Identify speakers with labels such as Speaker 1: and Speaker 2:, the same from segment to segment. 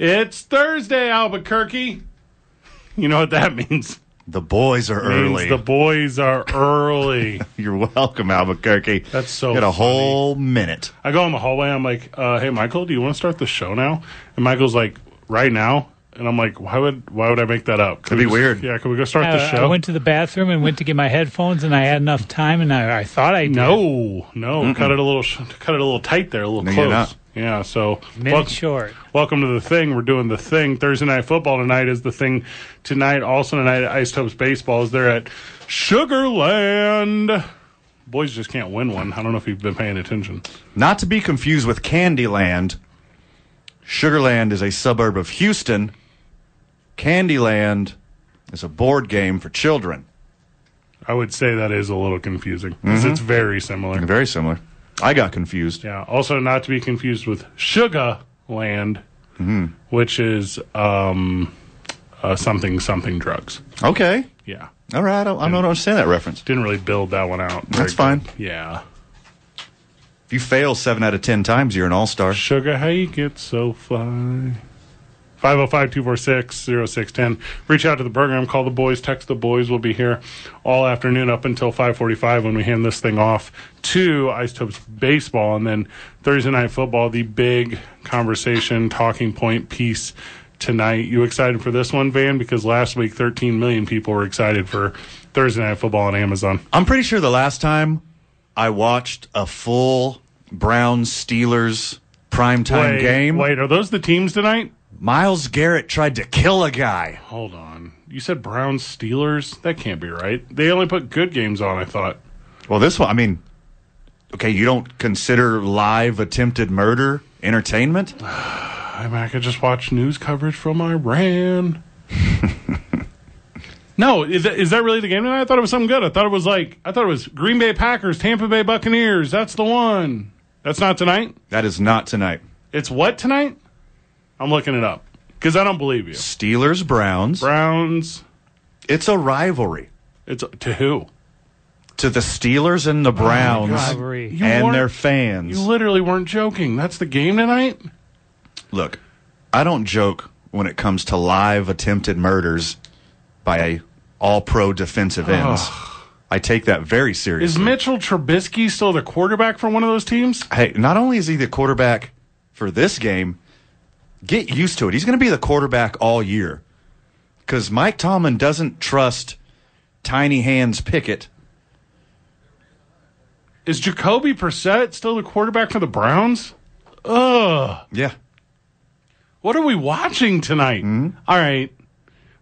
Speaker 1: It's Thursday, Albuquerque. You know what that means?
Speaker 2: The boys are early.
Speaker 1: Means the boys are early.
Speaker 2: You're welcome, Albuquerque.
Speaker 1: That's so
Speaker 2: Get a
Speaker 1: funny.
Speaker 2: whole minute.
Speaker 1: I go in the hallway. I'm like, uh, "Hey, Michael, do you want to start the show now?" And Michael's like, "Right now." And I'm like, "Why would Why would I make that up? Could
Speaker 2: That'd be weird.
Speaker 1: Yeah, could we go start
Speaker 3: I-
Speaker 1: the show?
Speaker 3: I went to the bathroom and went to get my headphones, and I had enough time, and I, I thought I did.
Speaker 1: no, no, cut it a little, sh- cut it a little tight there, a little
Speaker 2: No,
Speaker 1: close.
Speaker 2: you're not.
Speaker 1: Yeah. So
Speaker 3: minute
Speaker 1: welcome-
Speaker 3: short.
Speaker 1: Welcome to the thing. We're doing the thing. Thursday night football tonight is the thing. Tonight, also tonight, Ice Topes baseball is there at Sugarland. Boys just can't win one. I don't know if you've been paying attention.
Speaker 2: Not to be confused with Candyland. Sugarland is a suburb of Houston. Candyland is a board game for children.
Speaker 1: I would say that is a little confusing 'cause
Speaker 2: Mm-hmm.
Speaker 1: it's very similar.
Speaker 2: Very similar. I got confused.
Speaker 1: Yeah. Also, not to be confused with Sugarland,
Speaker 2: Mm-hmm.
Speaker 1: which is um, uh, something something drugs.
Speaker 2: Okay.
Speaker 1: Yeah.
Speaker 2: All right. I don't, I don't understand that reference.
Speaker 1: Didn't really build that one out. very
Speaker 2: That's fine.
Speaker 1: good. Yeah.
Speaker 2: If you fail seven out of ten times, you're an all star.
Speaker 1: Sugar, how you get so fly? 505-246-0610. Reach out to the program. Call the boys. Text the boys. We'll be here all afternoon up until 545 when we hand this thing off to Isotopes Baseball. And then Thursday Night Football, the big conversation, talking point piece tonight. You excited for this one, Van? Because last week, 13 million people were excited for Thursday Night Football on Amazon.
Speaker 2: I'm pretty sure the last time I watched a full Brown Steelers primetime
Speaker 1: Wait,
Speaker 2: game,
Speaker 1: Wait, are those the teams tonight?
Speaker 2: Miles Garrett tried to kill a guy.
Speaker 1: Hold on. You said Brown Steelers? That can't be right. They only put good games on, I thought.
Speaker 2: Well, this one, I mean, okay, you don't consider live attempted murder entertainment?
Speaker 1: I mean, I could just watch news coverage from Iran. no, is that, is that really the game tonight? I thought it was something good. I thought it was like, I thought it was Green Bay Packers, Tampa Bay Buccaneers. That's the one. That's not tonight?
Speaker 2: That is not tonight.
Speaker 1: It's what tonight? I'm looking it up because I don't believe you.
Speaker 2: Steelers Browns.
Speaker 1: Browns,
Speaker 2: It's a rivalry
Speaker 1: it's to who?
Speaker 2: to the Steelers and the Browns
Speaker 1: Oh God.
Speaker 3: Rivalry.
Speaker 1: You
Speaker 2: and their
Speaker 1: weren't-
Speaker 2: fans.
Speaker 1: You literally weren't joking. That's the game tonight?
Speaker 2: Look, I don't joke when it comes to live attempted murders by all pro defensive ends. I take that very seriously.
Speaker 1: Is Mitchell Trubisky still the quarterback for one of those teams?
Speaker 2: hey, not only is he the quarterback for this game, get used to it. He's going to be the quarterback all year because Mike Tomlin doesn't trust Tiny Hands Pickett.
Speaker 1: Is Jacoby Brissett still the quarterback for the Browns? Ugh.
Speaker 2: Yeah.
Speaker 1: What are we watching tonight? All right.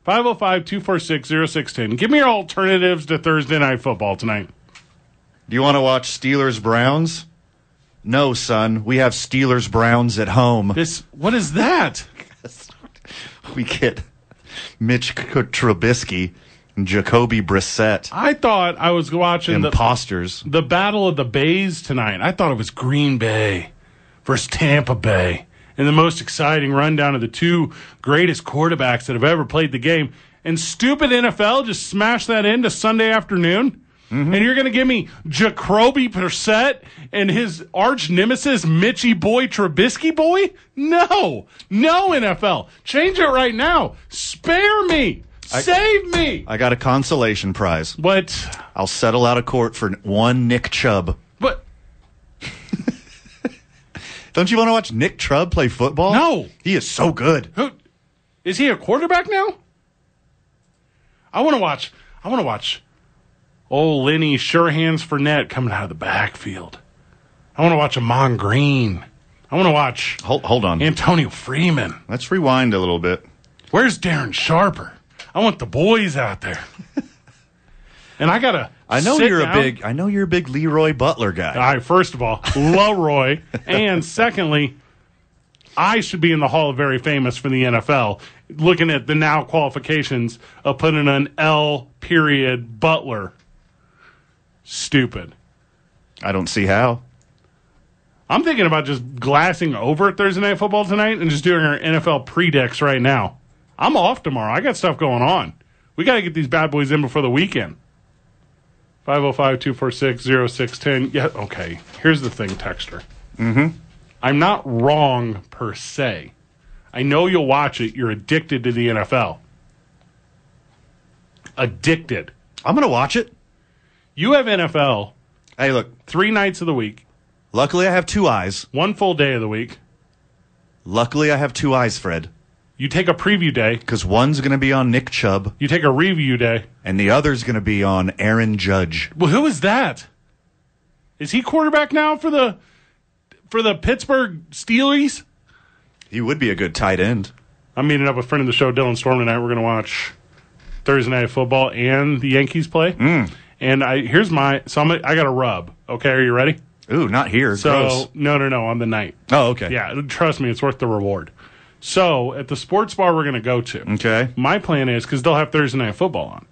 Speaker 1: 505 246 0610. Give me your alternatives to Thursday Night Football tonight.
Speaker 2: Do you want to watch Steelers Browns? No, son. We have Steelers Browns at home.
Speaker 1: This, what is that?
Speaker 2: We get Mitch K- Trubisky and Jacoby Brissett,
Speaker 1: I thought I was watching the,
Speaker 2: imposters.
Speaker 1: the Battle of the Bays tonight. I thought it was Green Bay versus Tampa Bay. And the most exciting rundown of the two greatest quarterbacks that have ever played the game. And stupid NFL just smashed that into Sunday afternoon. And you're going to give me Jacoby Brissett and his arch nemesis, Mitchy Boy Trubisky Boy? No, no NFL. Change it right now. Spare me. Save me.
Speaker 2: I got a consolation prize.
Speaker 1: But,
Speaker 2: I'll settle out of court for one Nick Chubb.
Speaker 1: but
Speaker 2: Don't you want to watch Nick Chubb play football?
Speaker 1: No.
Speaker 2: He is so good.
Speaker 1: Who is he a quarterback now? I want to watch. I want to watch. Old Lenny Surehands Fournette coming out of the backfield. I want to watch Amon Green. I want to watch
Speaker 2: Hold, hold on.
Speaker 1: Antonio Freeman.
Speaker 2: Let's rewind a little bit.
Speaker 1: Where's Darren Sharper? I want the boys out there. and I gotta.
Speaker 2: I know
Speaker 1: sit
Speaker 2: you're
Speaker 1: down.
Speaker 2: a big I know you're a big Leroy Butler guy.
Speaker 1: All right. First of all, Leroy, and secondly, I should be in the Hall of Very Famous for the NFL. Looking at the now qualifications of putting an L period Butler, stupid.
Speaker 2: I don't see how.
Speaker 1: I'm thinking about just glassing over Thursday Night Football tonight and just doing our NFL predicts right now. I'm off tomorrow. I got stuff going on. We got to get these bad boys in before the weekend. 505 246 0610. Yeah, okay. Here's the thing, Texter. Mm-hmm. I'm not wrong per se. I know you'll watch it. You're addicted to the NFL. Addicted.
Speaker 2: I'm gonna watch it.
Speaker 1: You have NFL
Speaker 2: Hey, look.
Speaker 1: three nights of the week,
Speaker 2: Luckily, I have two eyes.
Speaker 1: one full day of the week.
Speaker 2: Luckily, I have two eyes, Fred,
Speaker 1: You take a preview day,
Speaker 2: because one's gonna be on Nick Chubb
Speaker 1: you take a review day.
Speaker 2: and the other's gonna be on Aaron Judge.
Speaker 1: Well, who is that? Is he quarterback now for the for the Pittsburgh Steelers?
Speaker 2: He would be a good tight end.
Speaker 1: I'm meeting up with a friend of the show, Dylan Storm, tonight. We're going to watch Thursday Night Football and the Yankees play. And I here's my so I'm, I got a rub. Okay, are you ready?
Speaker 2: Ooh, not here.
Speaker 1: So
Speaker 2: Gross.
Speaker 1: no, no, no, on the night.
Speaker 2: Oh, okay.
Speaker 1: Yeah, trust me, it's worth the reward. So at the sports bar we're going to go to,
Speaker 2: Okay.
Speaker 1: my plan is because they'll have Thursday night football on.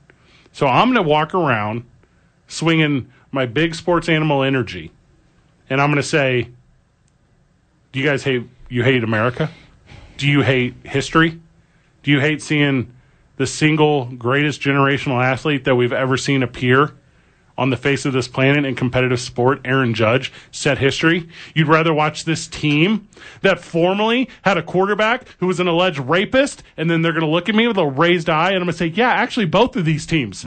Speaker 1: So I'm going to walk around swinging my big sports animal energy, and I'm going to say, "Do you guys hate you hate America? Do you hate history? Do you hate seeing the single greatest generational athlete that we've ever seen appear?" On the face of this planet in competitive sport, Aaron Judge set history. You'd rather watch this team that formerly had a quarterback who was an alleged rapist, and then they're going to look at me with a raised eye, and I'm going to say, Yeah, actually, both of these teams.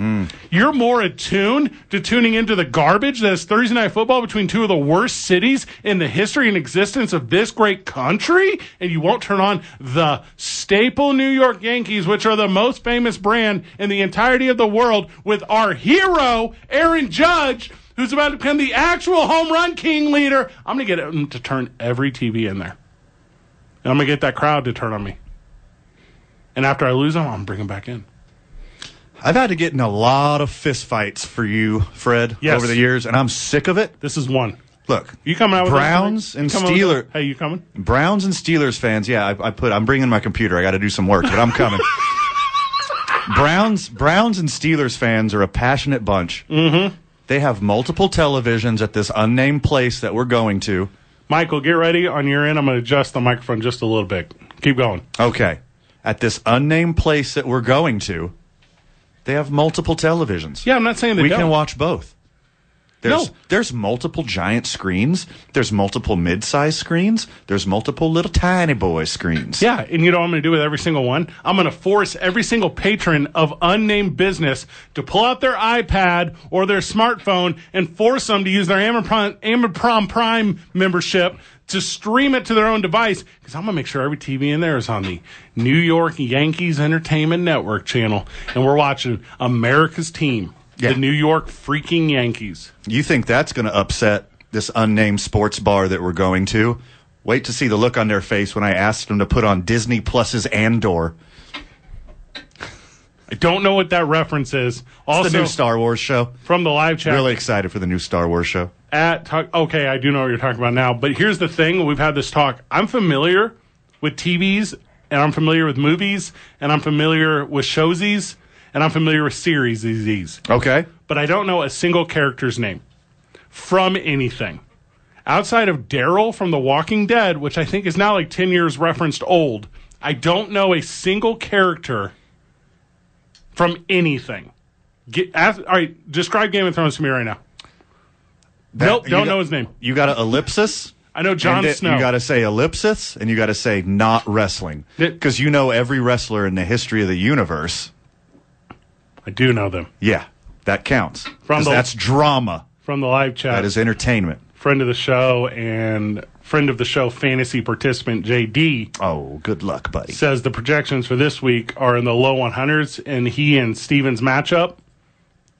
Speaker 1: You're more attuned to tuning into the garbage that is Thursday Night Football between two of the worst cities in the history and existence of this great country, and you won't turn on the staple New York Yankees, which are the most famous brand in the entirety of the world, with our hero, Aaron Judge, who's about to become the actual home run king leader. I'm going to get him to turn every TV in there. And I'm going to get that crowd to turn on me. And after I lose him, I'm going to bring him back in.
Speaker 2: I've had to get in a lot of fist fights for you, Fred,
Speaker 1: Yes.
Speaker 2: over the years, and I'm sick of it.
Speaker 1: This is one.
Speaker 2: Look,
Speaker 1: You coming out with
Speaker 2: Browns
Speaker 1: us tonight?
Speaker 2: and
Speaker 1: You coming with us?
Speaker 2: Steeler-
Speaker 1: Hey, you coming?
Speaker 2: Browns and Steelers fans. Yeah, I, I put. I'm bringing my computer. I got to do some work, but I'm coming. Browns, Browns and Steelers fans are a passionate bunch. Mm-hmm. They have multiple televisions at this unnamed place that we're going to.
Speaker 1: Michael, get ready on your end. I'm going to adjust the microphone just a little bit. Keep going.
Speaker 2: Okay, at this unnamed place that we're going to, they have multiple televisions.
Speaker 1: Yeah, I'm not saying they
Speaker 2: we
Speaker 1: don't.
Speaker 2: can watch both. There's,
Speaker 1: No.
Speaker 2: there's multiple giant screens. There's multiple mid-sized screens. There's multiple little tiny boy screens.
Speaker 1: yeah, and you know what I'm going to do with every single one? I'm going to force every single patron of unnamed business to pull out their iPad or their smartphone and force them to use their Amazon, Amazon Prime membership to stream it to their own device because I'm going to make sure every TV in there is on the New York Yankees Entertainment Network channel. And we're watching America's team,
Speaker 2: Yeah.
Speaker 1: the New York freaking Yankees.
Speaker 2: You think that's going to upset this unnamed sports bar that we're going to? Wait to see the look on their face when I asked them to put on Disney Plus's Andor.
Speaker 1: I don't know what that reference is.
Speaker 2: It's the
Speaker 1: Also,
Speaker 2: new Star Wars show.
Speaker 1: from the live chat
Speaker 2: Really excited for the new Star Wars show.
Speaker 1: at talk, okay, I do know what you're talking about now. But here's the thing: we've had this talk. I'm familiar with TVs, and I'm familiar with movies, and I'm familiar with showsies, and I'm familiar with series. These,
Speaker 2: Okay.
Speaker 1: but I don't know a single character's name from anything outside of Daryl from The Walking Dead, which I think is now like 10 years referenced old. I don't know a single character from anything. Get, ask, all right, describe Game of Thrones to me right now. nope,
Speaker 2: you
Speaker 1: don't
Speaker 2: got-
Speaker 1: know his name.
Speaker 2: You got an ellipsis.
Speaker 1: I know Jon
Speaker 2: and it-
Speaker 1: Snow.
Speaker 2: You got to say ellipsis, and you got to say not wrestling,
Speaker 1: Th-
Speaker 2: because you know every wrestler in the history of the universe.
Speaker 1: I do know them
Speaker 2: Yeah, that counts.
Speaker 1: From
Speaker 2: 'Cause
Speaker 1: the-
Speaker 2: that's drama.
Speaker 1: from the live chat.
Speaker 2: That is entertainment.
Speaker 1: friend of the show and friend of the show fantasy participant JD.
Speaker 2: Oh, good luck, buddy.
Speaker 1: says the projections for this week are in the low 100s, and he and Stevens matchup.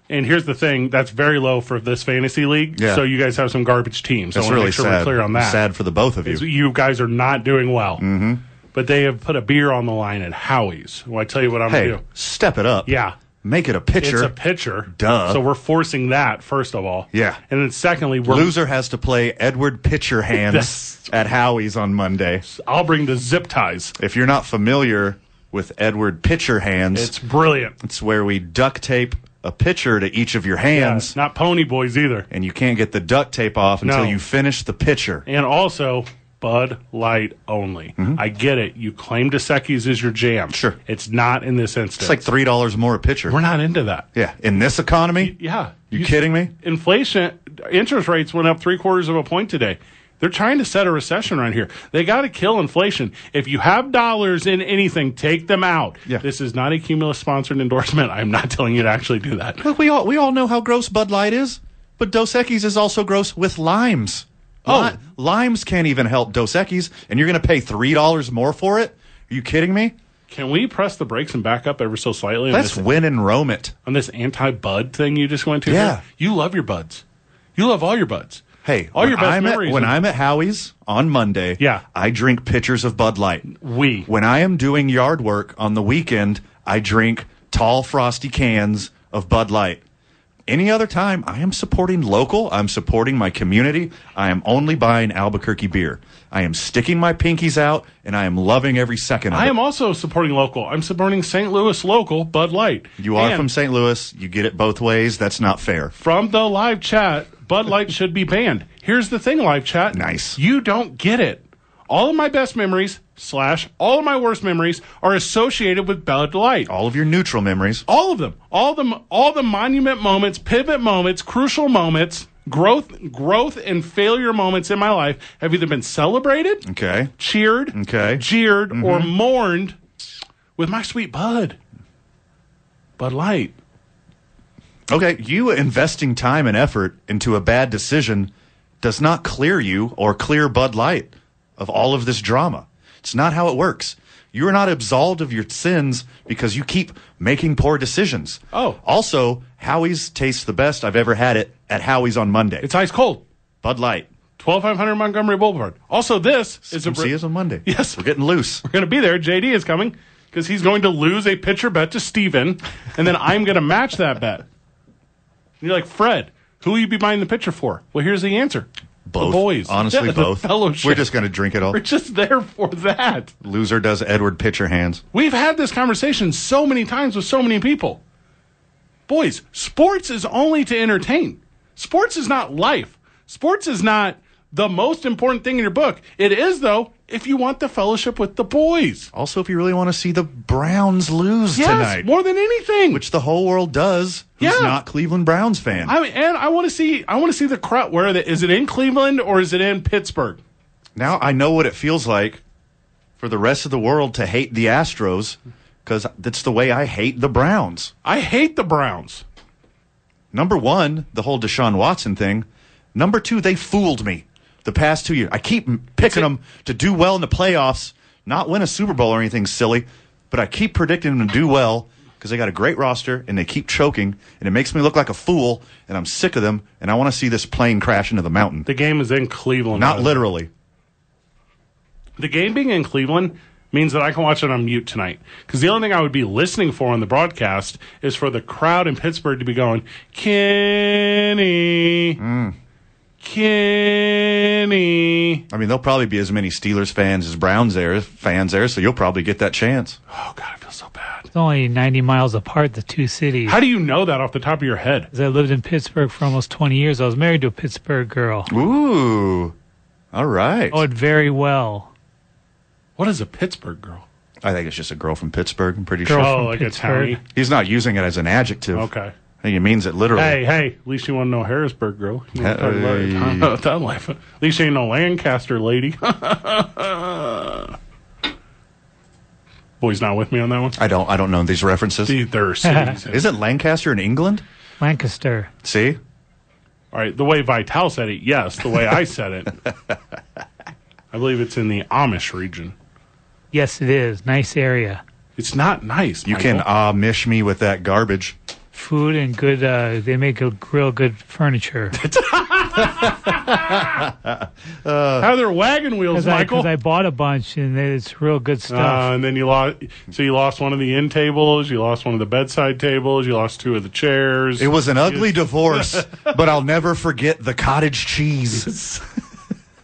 Speaker 1: And here's the thing: that's very low for this fantasy league.
Speaker 2: Yeah.
Speaker 1: So you guys have some garbage teams.
Speaker 2: That's
Speaker 1: I want to
Speaker 2: really
Speaker 1: make sure
Speaker 2: sad.
Speaker 1: we're clear on that.
Speaker 2: Sad for the both of you.
Speaker 1: You guys are not doing well. Mm-hmm. But they have put a beer on the line at Howie's. Well, I tell you what I'm
Speaker 2: Hey,
Speaker 1: gonna do.
Speaker 2: step it up.
Speaker 1: Yeah.
Speaker 2: Make it a
Speaker 1: It's
Speaker 2: pitcher.
Speaker 1: a pitcher.
Speaker 2: Duh.
Speaker 1: So we're forcing that first of all.
Speaker 2: Yeah.
Speaker 1: And then secondly, we're
Speaker 2: Loser has to play Edward Pitcher Hands
Speaker 1: That's-
Speaker 2: at Howie's on Monday.
Speaker 1: I'll bring the zip ties.
Speaker 2: If you're not familiar with Edward Pitcher Hands,
Speaker 1: It's
Speaker 2: it's,
Speaker 1: brilliant.
Speaker 2: where we duct tape a pitcher to each of your hands,
Speaker 1: It's not pony boys either.
Speaker 2: and you can't get the duct tape off until
Speaker 1: No.
Speaker 2: you finish the pitcher.
Speaker 1: and also Bud Light only. I get it. You claim Secchi's is your jam.
Speaker 2: Mm-hmm. Sure.
Speaker 1: It's not in this instance.
Speaker 2: It's like three dollars more a pitcher.
Speaker 1: we're not into that.
Speaker 2: yeah, in this economy,
Speaker 1: Yeah.
Speaker 2: you kidding me?
Speaker 1: Inflation, interest rates went up three quarters of a point today. They're trying to set a recession right here. They got to kill inflation. If you have dollars in anything, take them out.
Speaker 2: Yeah.
Speaker 1: This is not a cumulus sponsored endorsement. I'm not telling you to actually do that.
Speaker 2: Look, we all we all know how gross Bud Light is, but Dos Equis is also gross with limes. Oh, limes can't even help Dos Equis, and you're going to pay three dollars more for it? Are you kidding me?
Speaker 1: Can we press the brakes and back up ever so slightly on
Speaker 2: That's
Speaker 1: this,
Speaker 2: win in Rome it.
Speaker 1: on this anti bud thing you just went to?
Speaker 2: Yeah.
Speaker 1: You love your buds. You love all your buds.
Speaker 2: Hey,
Speaker 1: all
Speaker 2: when
Speaker 1: your best
Speaker 2: I'm
Speaker 1: memories.
Speaker 2: At, when
Speaker 1: and-
Speaker 2: I'm at Howie's on Monday,
Speaker 1: Yeah.
Speaker 2: I drink pitchers of Bud Light.
Speaker 1: We.
Speaker 2: When I am doing yard work on the weekend, I drink tall, frosty cans of Bud Light. Any other time, I am supporting local. I'm supporting my community. I am only buying Albuquerque beer. I am sticking my pinkies out, and I am loving every second of
Speaker 1: I
Speaker 2: it.
Speaker 1: am also supporting local. I'm supporting St. Louis local Bud Light.
Speaker 2: you are
Speaker 1: And
Speaker 2: from St. Louis. You get it both ways. That's not fair.
Speaker 1: from the live chat, Bud Light should be banned. Here's the thing, live chat.
Speaker 2: Nice.
Speaker 1: You don't get it. All of my best memories slash all of my worst memories are associated with Bud Light.
Speaker 2: All of your neutral memories.
Speaker 1: All of them. All the all the monument moments, pivot moments, crucial moments, growth growth and failure moments in my life have either been celebrated,
Speaker 2: Okay.
Speaker 1: cheered,
Speaker 2: Okay. Mm-hmm.
Speaker 1: jeered, or mourned with my sweet Bud. Bud Light.
Speaker 2: Okay, you investing time and effort into a bad decision does not clear you or clear Bud Light of all of this drama. It's not how it works. You are not absolved of your sins because you keep making poor decisions.
Speaker 1: Oh.
Speaker 2: Also, Howie's tastes the best I've ever had it at Howie's on Monday.
Speaker 1: It's ice cold.
Speaker 2: Bud Light.
Speaker 1: Twelve five hundred Montgomery Boulevard. Also, this is a
Speaker 2: Come see
Speaker 1: we're
Speaker 2: us on Monday.
Speaker 1: Yes.
Speaker 2: We're getting loose.
Speaker 1: going to be there. JD is coming because he's going to lose a pitcher bet to Steven, and then I'm going to match that bet. And you're like Fred, who will you be buying the pitcher for? Well, here's the answer.
Speaker 2: Both.
Speaker 1: the boys.
Speaker 2: Honestly,
Speaker 1: Yeah, the
Speaker 2: both.
Speaker 1: fellowship.
Speaker 2: We're just going to drink it all.
Speaker 1: We're just there for that.
Speaker 2: Loser does Edward pitcher hands.
Speaker 1: We've had this conversation so many times with so many people. Boys, sports is only to entertain. Sports is not life. Sports is not the most important thing in your book. It is, though, if you want the fellowship with the boys.
Speaker 2: Also, if you really want to see the Browns lose
Speaker 1: Yes,
Speaker 2: tonight.
Speaker 1: more than anything.
Speaker 2: which the whole world does who's
Speaker 1: Yeah.
Speaker 2: not Cleveland Browns fan.
Speaker 1: I mean, and I want to see. I want to see the crowd. Where the, is it in Cleveland or is it in Pittsburgh?
Speaker 2: now I know what it feels like for the rest of the world to hate the Astros because that's the way I hate the Browns.
Speaker 1: I hate the Browns.
Speaker 2: Number one, the whole Deshaun Watson thing. Number two, they fooled me the past two years. I keep m- picking them to do well in the playoffs, not win a Super Bowl or anything silly, but I keep predicting them to do well because they got a great roster and they keep choking, and it makes me look like a fool, and I'm sick of them, and I want to see this plane crash into the mountain.
Speaker 1: The game is in Cleveland.
Speaker 2: Not literally.
Speaker 1: The game being in Cleveland means that I can watch it on mute tonight. Because the only thing I would be listening for on the broadcast is for the crowd in Pittsburgh to be going, Kenny, Kenny.
Speaker 2: I mean, there'll probably be as many Steelers fans as Browns there fans there, so you'll probably get that chance.
Speaker 1: Oh God, I feel so bad.
Speaker 3: It's only 90 miles apart, the two cities.
Speaker 1: How do you know that off the top of your head?
Speaker 3: 'Cause I lived in Pittsburgh for almost 20 years. I was married to a Pittsburgh girl.
Speaker 2: Ooh, all right.
Speaker 3: Oh, it very well.
Speaker 1: What is a Pittsburgh girl?
Speaker 2: I think it's just a girl from Pittsburgh. I'm pretty
Speaker 3: Girl.
Speaker 2: sure
Speaker 1: Oh,
Speaker 3: from
Speaker 1: like
Speaker 3: Pittsburgh.
Speaker 1: a townie.
Speaker 2: he's not using it as an adjective.
Speaker 1: Okay.
Speaker 2: I think he means it literally.
Speaker 1: Hey, hey, at least you want to know Harrisburg girl. You wanna talk about it. Talk about that life. At least you ain't no Lancaster lady. Boy's not with me on that one.
Speaker 2: I don't. I don't know these references.
Speaker 1: See, there are cities.
Speaker 2: Isn't Lancaster in England?
Speaker 3: Lancaster.
Speaker 2: See,
Speaker 1: All right, the way Vital said it, yes. The way I said it, I believe it's in the Amish region.
Speaker 3: Yes, it is. Nice area.
Speaker 1: It's not nice.
Speaker 2: you can
Speaker 1: Michael.
Speaker 2: ah mish me with that garbage.
Speaker 3: Food and good, uh, they make a real good furniture.
Speaker 2: uh,
Speaker 1: How are their wagon wheels,
Speaker 3: Because I,
Speaker 1: Michael?
Speaker 3: 'cause I bought a bunch and it's real good
Speaker 1: Uh,
Speaker 3: stuff.
Speaker 1: and then you lost. So you lost one of the end tables. You lost one of the bedside tables. You lost two of the chairs.
Speaker 2: It was an ugly divorce, but I'll never forget the cottage cheese.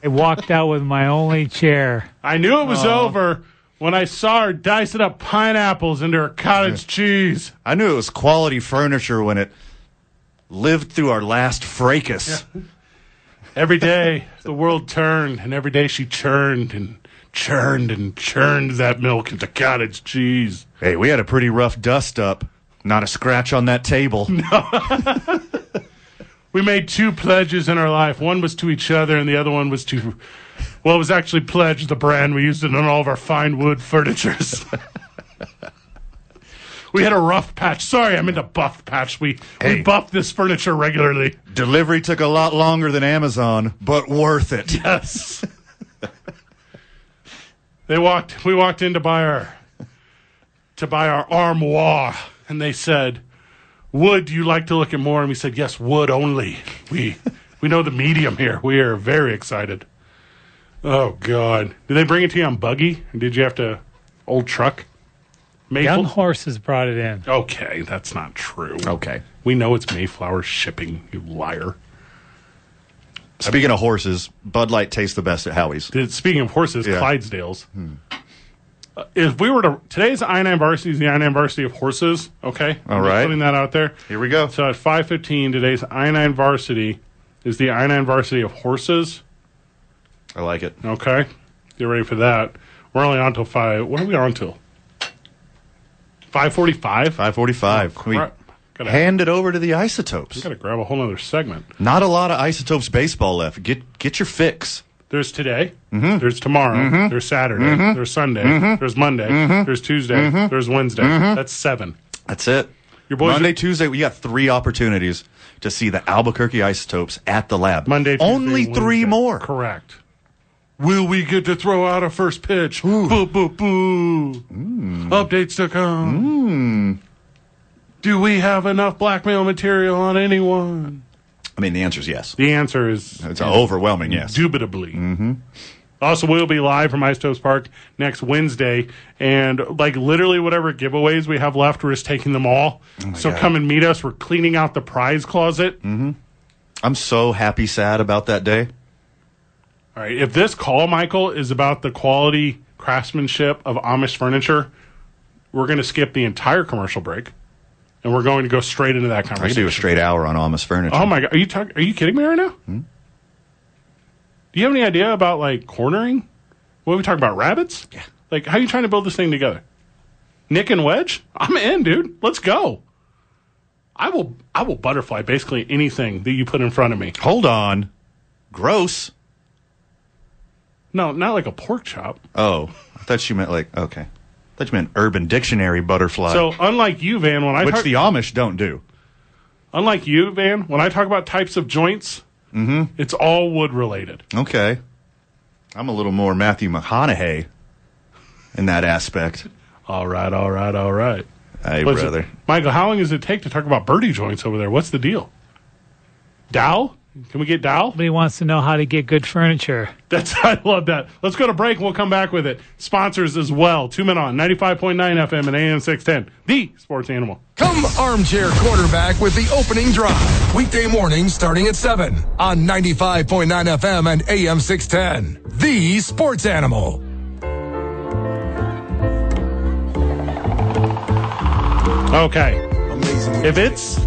Speaker 3: I walked out with my only chair.
Speaker 1: I knew it was over when I saw her dicing up pineapples into her cottage cheese.
Speaker 2: I knew it was quality furniture when it lived through our last fracas.
Speaker 1: Every day the world turned, and every day she churned and churned and churned that milk into cottage cheese.
Speaker 2: Hey, we had a pretty rough dust up. Not a scratch on that table.
Speaker 1: we made two pledges in our life. One was to each other, and the other one was to, well, it was actually pledged the brand. We used it on all of our fine wood furnitures. we had a rough patch. Sorry, I'm into buff patch. We
Speaker 2: Hey.
Speaker 1: we buff this furniture regularly.
Speaker 2: Delivery took a lot longer than Amazon, but worth it.
Speaker 1: Yes. they walked. We walked in to buy our to buy our armoire, and they said, "Wood, do you like to look at more?" And we said, "Yes, wood only. We we know the medium here. We are very excited." Oh God! Did they bring it to you on buggy? Or did you have to old truck?
Speaker 3: Young
Speaker 1: Mayflower.
Speaker 3: horses brought it in.
Speaker 1: Okay, that's not true.
Speaker 2: Okay.
Speaker 1: We know it's Mayflower shipping. You liar.
Speaker 2: Speaking of horses, Bud Light tastes the best at Howie's.
Speaker 1: Did- Speaking of horses,
Speaker 2: Yeah. Hmm.
Speaker 1: Clydesdales. Uh, if we were to today's I nine varsity is the I nine varsity of horses. Okay,
Speaker 2: All
Speaker 1: I'm just
Speaker 2: right.
Speaker 1: putting that out there.
Speaker 2: Here we go.
Speaker 1: So at five fifteen, today's I nine varsity is the I nine varsity of horses.
Speaker 2: I like it.
Speaker 1: Okay, get ready for that. We're only on till five. What are we on till? Five forty five.
Speaker 2: 545. we
Speaker 1: Oh, Gotta,
Speaker 2: hand it over to the isotopes.
Speaker 1: gotta grab a whole other segment.
Speaker 2: Not a lot of isotopes baseball left. Get get your fix.
Speaker 1: There's today.
Speaker 2: Mm-hmm.
Speaker 1: There's tomorrow. There's Saturday. There's Sunday. There's Monday.
Speaker 2: Mm-hmm.
Speaker 1: There's Tuesday. There's Wednesday. That's seven.
Speaker 2: That's it.
Speaker 1: Your boys-
Speaker 2: Monday, Tuesday, we got three opportunities to see the Albuquerque isotopes at the lab.
Speaker 1: Monday, Tuesday,
Speaker 2: only
Speaker 1: Wednesday.
Speaker 2: three more.
Speaker 1: Correct. Will we get to throw out a first pitch? Boo, boo, boo.
Speaker 2: Hmm.
Speaker 1: Updates to come. Do we have enough blackmail material on anyone?
Speaker 2: I mean, the answer is yes.
Speaker 1: The answer is
Speaker 2: It's overwhelming yes.
Speaker 1: Indubitably.
Speaker 2: Mm-hmm.
Speaker 1: Also, we'll be live from Isotopes Park next Wednesday, and like literally whatever giveaways we have left, we're just taking them all. so
Speaker 2: Oh God.
Speaker 1: come and meet us. We're cleaning out the prize closet.
Speaker 2: I'm so happy, sad about that day.
Speaker 1: All right. If this call, Michael, is about the quality craftsmanship of Amish furniture, we're going to skip the entire commercial break, and we're going to go straight into that
Speaker 2: I could do
Speaker 1: conversation.
Speaker 2: a straight hour on Amos Furniture.
Speaker 1: Oh my god, are you talking? Are you kidding me right now?
Speaker 2: Hmm?
Speaker 1: Do you have any idea about like cornering? What are we talking about? Rabbits? Yeah. Like, how are you trying to build this thing together? Nick and Wedge? I'm in, dude. Let's go. I will. I will butterfly basically anything that you put in front of me.
Speaker 2: Hold on. Gross.
Speaker 1: No, not like a pork chop.
Speaker 2: Oh, I thought you meant like okay. I thought you meant Urban Dictionary butterfly,
Speaker 1: So unlike you, Van, when I
Speaker 2: which
Speaker 1: talk,
Speaker 2: the Amish don't do.
Speaker 1: unlike you, Van, when I talk about types of joints, it's all wood related.
Speaker 2: Okay, I'm a little more Matthew McConaughey in that aspect.
Speaker 1: All right, all right, all right.
Speaker 2: Hey,
Speaker 1: What's it-
Speaker 2: brother.
Speaker 1: Michael, how long does it take to talk about birdie joints over there? What's the deal? Dow? Can we get Dow?
Speaker 3: Nobody wants to know how to get good furniture.
Speaker 1: That's I love that. Let's go to break and we'll come back with it. Sponsors as well. Two men on 95.9 FM and AM 610. The sports animal.
Speaker 4: Come armchair quarterback with the opening drive. Weekday mornings starting at 7 on 95.9 FM and AM 610. The sports animal.
Speaker 1: Okay. If it's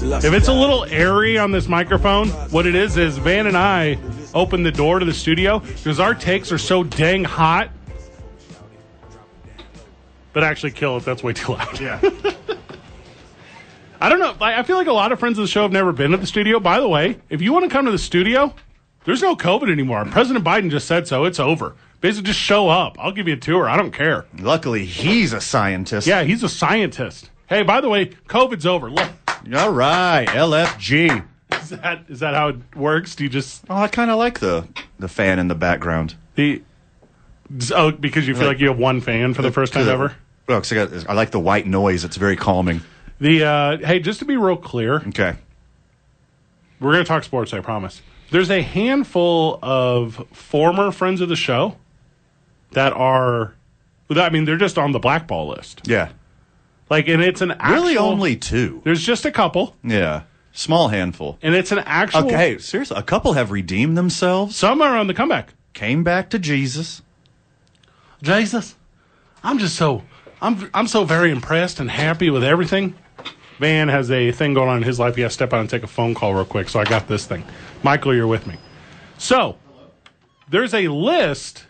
Speaker 1: if it's a little airy on this microphone, what it is is Van and I open the door to the studio because our takes are so dang hot. But actually, kill it. That's way too loud. Yeah. I don't know. I I feel like a lot of friends of the show have never been to the studio. By the way, if you want to come to the studio, there's no COVID anymore. President Biden just said so. It's over. Basically, just show up. I'll give you a tour. I don't care.
Speaker 2: Luckily, he's a scientist.
Speaker 1: Yeah, he's a scientist. Hey, by the way, COVID's over. Look.
Speaker 2: All right, LFG.
Speaker 1: Is that is that how it works? Do you just
Speaker 2: Oh, I kind of like the the fan in the background.
Speaker 1: the oh because you feel like you have one fan for the first time ever?
Speaker 2: Well, 'cause I, got, I like the white noise. It's very calming.
Speaker 1: The uh, hey, just to be real clear,
Speaker 2: Okay.
Speaker 1: we're going to talk sports. I promise. There's a handful of former friends of the show that are, I mean, they're just on the blackball list.
Speaker 2: Yeah.
Speaker 1: Like, and it's an actual,
Speaker 2: Really, only two.
Speaker 1: There's just a couple,
Speaker 2: Yeah. Small handful.
Speaker 1: and it's an actual.
Speaker 2: Okay, hey, seriously, a couple have redeemed themselves,
Speaker 1: some are on the comeback.
Speaker 2: came back to Jesus.
Speaker 1: Jesus, I'm just so I'm I'm so very impressed and happy with everything. Van has a thing going on in his life. He has to step out and take a phone call real quick, so I got this thing. Michael, you're with me. So there's a list,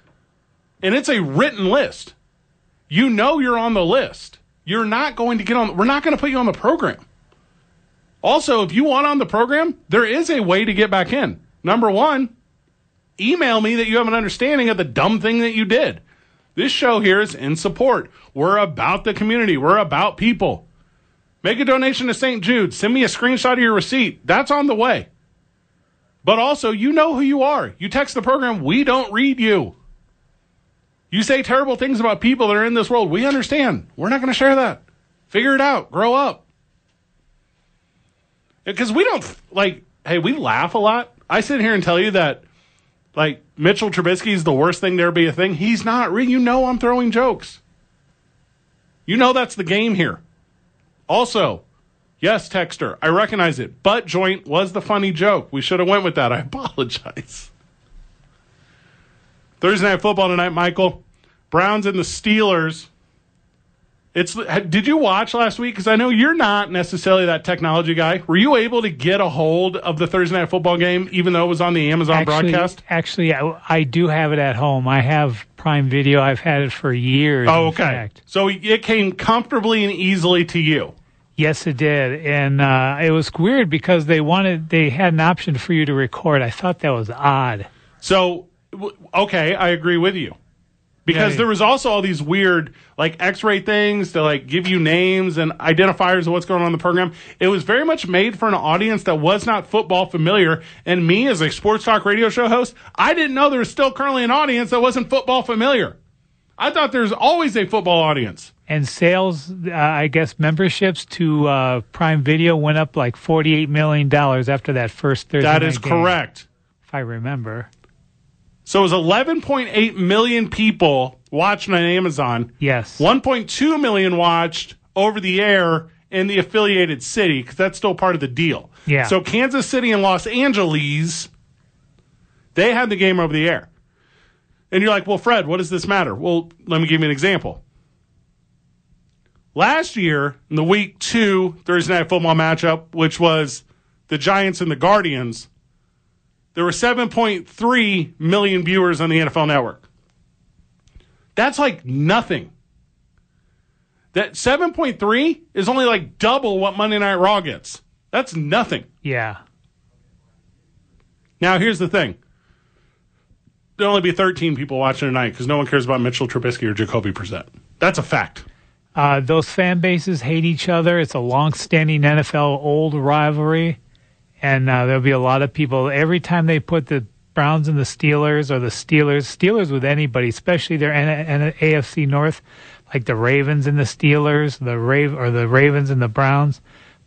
Speaker 1: and it's a written list. You know you're on the list. You're not going to get on. We're not going to put you on the program. Also, if you want on the program, there is a way to get back in. Number one, email me that you have an understanding of the dumb thing that you did. This show here is in support. We're about the community, we're about people. Make a donation to St. Jude. Send me a screenshot of your receipt. That's on the way. But also, you know who you are. You text the program, we don't read you. You say terrible things about people that are in this world. We understand. We're not going to share that. Figure it out. Grow up. Because we don't, like, hey, we laugh a lot. I sit here and tell you that, like, Mitchell Trubisky is the worst thing to ever be a thing. He's not. Re- You know I'm throwing jokes. You know that's the game here. Also, yes, Texter, I recognize it. Butt joint was the funny joke. We should have went with that. I apologize. Thursday night football tonight, Michael. Browns and the Steelers. It's did you watch last week? Because I know you're not necessarily that technology guy. Were you able to get a hold of the Thursday night football game, even though it was on the Amazon
Speaker 3: actually,
Speaker 1: broadcast?
Speaker 3: Actually, I, I do have it at home. I have Prime Video. I've had it for years.
Speaker 1: Oh,
Speaker 3: in
Speaker 1: okay.
Speaker 3: fact.
Speaker 1: So it came comfortably and easily to you.
Speaker 3: Yes, it did, and uh, it was weird because they wanted they had an option for you to record. I thought that was odd.
Speaker 1: So, w- okay, I agree with you. Because
Speaker 3: Yeah.
Speaker 1: there was also all these weird like x-ray things to like give you names and identifiers of what's going on in the program. It was very much made for an audience that was not football familiar and me as a sports talk radio show host, I didn't know there was still currently an audience that wasn't football familiar. I thought there's always a football audience.
Speaker 3: And sales, uh, I guess, memberships to uh, Prime Video went up like forty-eight million dollars after that first Thursday.
Speaker 1: That
Speaker 3: night
Speaker 1: is
Speaker 3: game,
Speaker 1: correct.
Speaker 3: if I remember.
Speaker 1: So it was 11.8 million people watching on Amazon.
Speaker 3: Yes.
Speaker 1: 1.2 million watched over the air in the affiliated city because that's still part of the deal.
Speaker 3: Yeah.
Speaker 1: So Kansas City and Los Angeles, they had the game over the air. And you're like, well, Fred, what does this matter? Well, let me give you an example. Last year, in the week two Thursday night football matchup, which was the Giants and the Guardians, there were 7.3 million viewers on the NFL network. That's like nothing. That 7.3 is only like double what Monday Night Raw gets. That's nothing.
Speaker 3: Yeah.
Speaker 1: Now, here's the thing there'll only be 13 people watching tonight because no one cares about Mitchell Trubisky or Jacoby Brissett. That's a fact.
Speaker 3: Uh, those fan bases hate each other. It's a long-standing NFL old rivalry, and uh, there'll be a lot of people every time they put the Browns and the Steelers or the Steelers, Steelers with anybody, especially their N- N- AFC North, like the Ravens and the Steelers, the Rave or the Ravens and the Browns.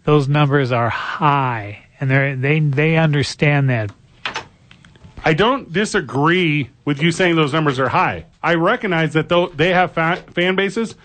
Speaker 3: Those numbers are high, and they they they understand that.
Speaker 1: I don't disagree with you saying those numbers are high. I recognize that though they have fa- fan bases,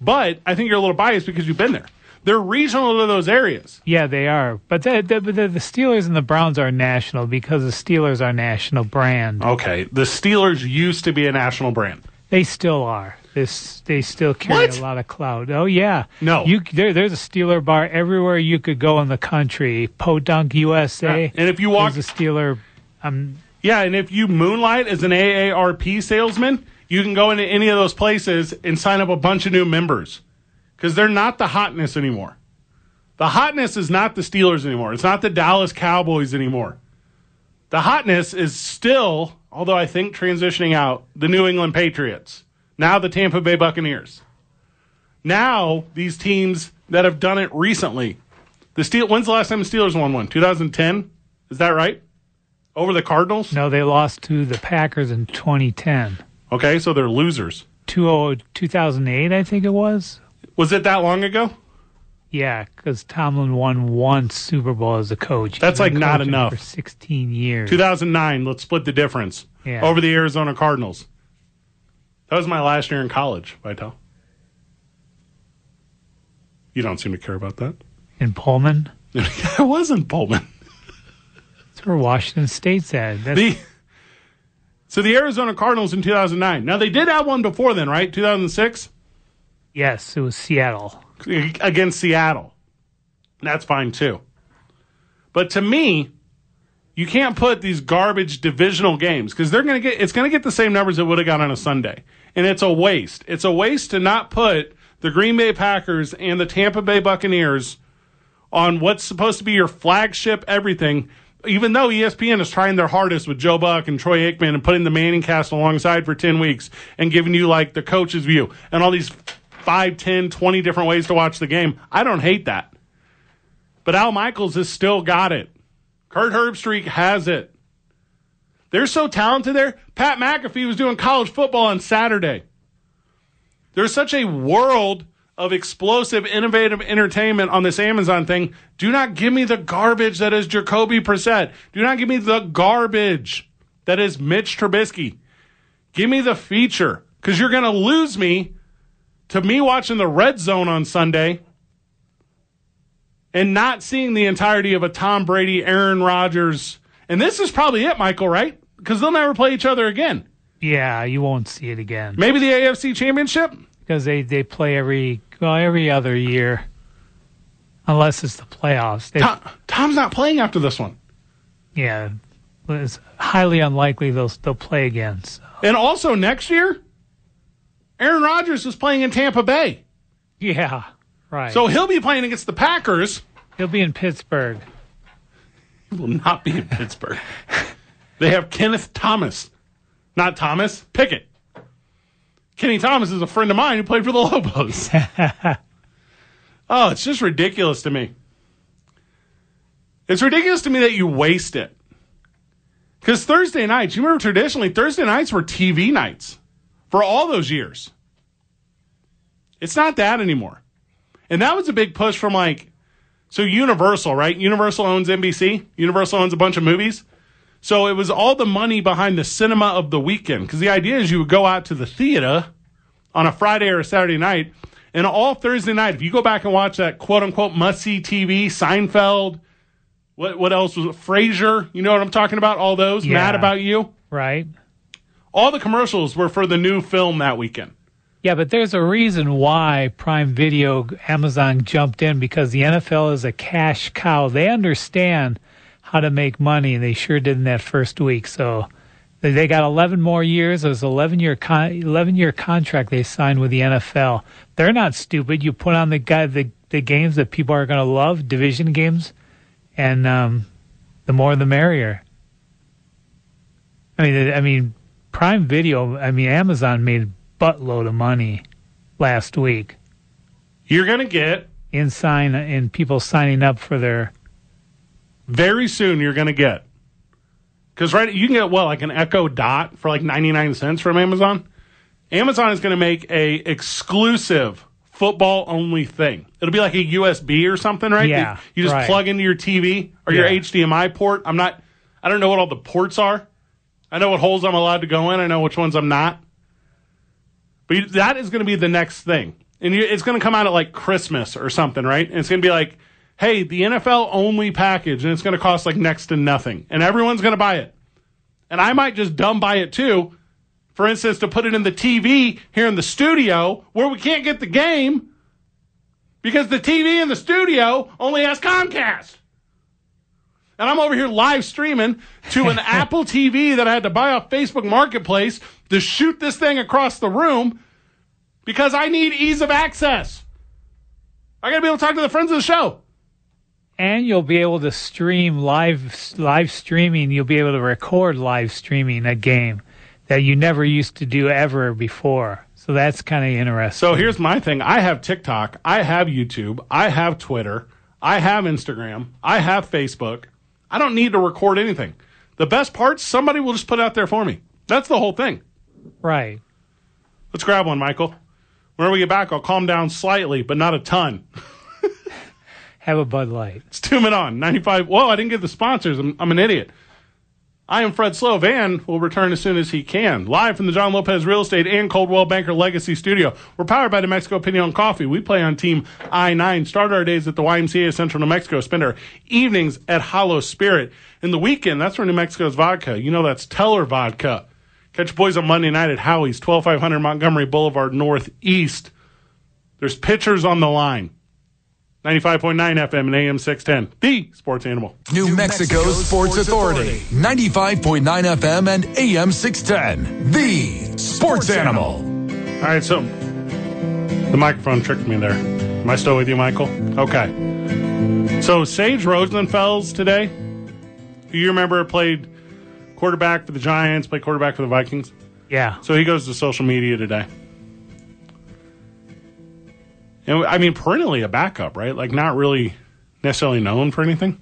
Speaker 1: but I think you're a little biased because you've been there. They're regional to those areas.
Speaker 3: Yeah, they are, but the, the, the the Steelers and the Browns are national because the Steelers are national brand.
Speaker 1: Okay, the Steelers used to be a national brand.
Speaker 3: They still are. This they still carry
Speaker 1: What?
Speaker 3: a lot of clout. Oh yeah.
Speaker 1: No.
Speaker 3: You there, there's a Steeler bar everywhere you could go in the country. Podunk USA.
Speaker 1: Uh, And if you walk
Speaker 3: there's a Steeler. Um,
Speaker 1: Yeah, and if you moonlight as an AARP salesman, you can go into any of those places and sign up a bunch of new members because they're not the hotness anymore. The hotness is not the Steelers anymore. It's not the Dallas Cowboys anymore. The hotness is still, although I think transitioning out, the New England Patriots, now the Tampa Bay Buccaneers. Now, these teams that have done it recently. The Steel, when's the last time the Steelers won one? 2010? Is that right? Over the Cardinals?
Speaker 3: no, they lost to the Packers in 2010.
Speaker 1: Okay, so they're losers.
Speaker 3: 20- 2008, I think it was.
Speaker 1: Was it that long ago?
Speaker 3: Yeah, because Tomlin won one Super Bowl as a coach. He's
Speaker 1: That's,
Speaker 3: been
Speaker 1: like, not
Speaker 3: coaching
Speaker 1: enough.
Speaker 3: for 16 years.
Speaker 1: 2009. Let's split the difference.
Speaker 3: Yeah.
Speaker 1: Over the Arizona Cardinals. That was my last year in college, Vital. You don't seem to care about that.
Speaker 3: in Pullman,
Speaker 1: I wasn't Pullman.
Speaker 3: that's where Washington State's at. That's,
Speaker 1: The so the Arizona Cardinals in 2009. Now they did have one before then, right? 2006
Speaker 3: yes, it was Seattle.
Speaker 1: against Seattle. That's fine too. But to me, you can't put these garbage divisional games because they're going to get it's going to get the same numbers it would have got on a Sunday, and it's a waste. It's a waste to not put the Green Bay Packers and the Tampa Bay Buccaneers on what's supposed to be your flagship everything. Even though E ESPN is trying their hardest with Joe Buck and Troy Aikman and putting the Manning cast alongside for 10 weeks and giving you like the coach's view and all these 5, 10, 20 different ways to watch the game, I don't hate that. But Al Michaels has still got it. Kurt Herbstreak has it. They're so talented there. Pat McAfee was doing college football on Saturday. There's such a world of explosive, innovative entertainment on this Amazon thing. Do not give me the garbage that is Jacoby Brissett. Do not give me the garbage that is Mitch Trubisky. Give me the feature because you're going to lose me to me watching the red zone on Sunday and not seeing the entirety of a Tom Brady, Aaron Rodgers. And this is probably it, Michael, right? Because they'll never play each other again.
Speaker 3: Yeah, you won't see it again
Speaker 1: Maybe the AFC Championship?
Speaker 3: because they, they play every well every other year, unless it's the playoffs. They,
Speaker 1: Tom, Tom's not playing after this one.
Speaker 3: yeah, it's highly unlikely they'll they'll play again. So,
Speaker 1: And also next year, Aaron Rodgers is playing in Tampa Bay.
Speaker 3: yeah, right.
Speaker 1: So he'll be playing against the Packers.
Speaker 3: he'll be in Pittsburgh.
Speaker 1: He will not be in Pittsburgh. they have Kenneth Thomas. Not Thomas, Pickett. Kenny Thomas is a friend of mine who played for the Lobos. oh, it's just ridiculous to me. It's ridiculous to me that you waste it. Because Thursday nights, you remember traditionally, Thursday nights were TV nights for all those years. It's not that anymore. And that was a big push from like, so Universal, right? Universal owns NBC, Universal owns a bunch of movies. So it was all the money behind the cinema of the weekend. Because the idea is you would go out to the theater on a Friday or a Saturday night. And all Thursday night, if you go back and watch that quote unquote must see TV, Seinfeld, what, what else was it? Frasier, you know what I'm talking about? All those,
Speaker 3: Yeah.
Speaker 1: Mad About You.
Speaker 3: Right?
Speaker 1: All the commercials were for the new film that weekend.
Speaker 3: Yeah, but there's a reason why Prime Video Amazon jumped in because the NFL is a cash cow. They understand how to make money, and they sure did in that first week. So they- they got 11 more years. It was 11 year con- 11 year contract they signed with the NFL. They're not stupid. You put on the guy the the games that people are going to love, division games, and um, the more the merrier. I mean, I mean, Prime Video. I mean, Amazon made a buttload of money last week
Speaker 1: You're going to get,
Speaker 3: in sign in people signing up for their.
Speaker 1: very soon, you're going to get. Because right, you can get what like an Echo Dot for like 99 cents from Amazon. Amazon is going to make a exclusive football only thing. It'll be like a USB or something, right?
Speaker 3: Yeah,
Speaker 1: That you just
Speaker 3: right.
Speaker 1: plug into your TV or
Speaker 3: Yeah.
Speaker 1: your HDMI port. I'm not. I don't know what all the ports are. I know what holes I'm allowed to go in. I know which ones I'm not. But you, that is going to be the next thing, and you, it's going to come out at like Christmas or something, right? And it's going to be like, hey, the NFL only package, and it's going to cost like next to nothing, and everyone's going to buy it, and I might just dumb buy it too. For instance, to put it in the TV here in the studio where we can't get the game because the TV in the studio only has Comcast. And I'm over here live streaming to an Apple TV that I had to buy off Facebook Marketplace to shoot this thing across the room because I need ease of access. I got to be able to talk to the friends of the show.
Speaker 3: And you'll be able to stream live live streaming. You'll be able to record live streaming a game that you never used to do ever before. So that's kind of interesting.
Speaker 1: So here's my thing I have TikTok, I have YouTube, I have Twitter, I have Instagram, I have Facebook. I don't need to record anything. The best part, somebody will just put out there for me. That's the whole thing.
Speaker 3: right.
Speaker 1: Let's grab one, Michael. Whenever we get back, I'll calm down slightly, but not a ton.
Speaker 3: Have a Bud Light.
Speaker 1: It's two men on 95. Whoa, I didn't get the sponsors. I'm, I'm an idiot. I am Fred Slow. Van will return as soon as he can. Live from the John Lopez Real Estate and Coldwell Banker Legacy Studio. We're powered by New Mexico Pinion Coffee. We play on Team I 9. Start our days at the YMCA of Central New Mexico. Spend our evenings at Hollow Spirit. In the weekend, that's where New Mexico's vodka. You know, that's Teller Vodka. Catch boys on Monday night at Howie's, 12500 Montgomery Boulevard Northeast. There's pitchers on the line. 95.9 FM and AM 610, the sports animal.
Speaker 4: New, Mexico, Sports, Authority. 95.9 FM and AM 610. The Sports Animal.
Speaker 1: All right, so the microphone tricked me there. Am I still with you, Michael? Okay. So Sage Rosenfels today, who you remember played quarterback for the Giants, played quarterback for the Vikings.
Speaker 3: Yeah.
Speaker 1: So he goes to social media today. And I mean, perennially a backup, right? Like, not really necessarily known for anything.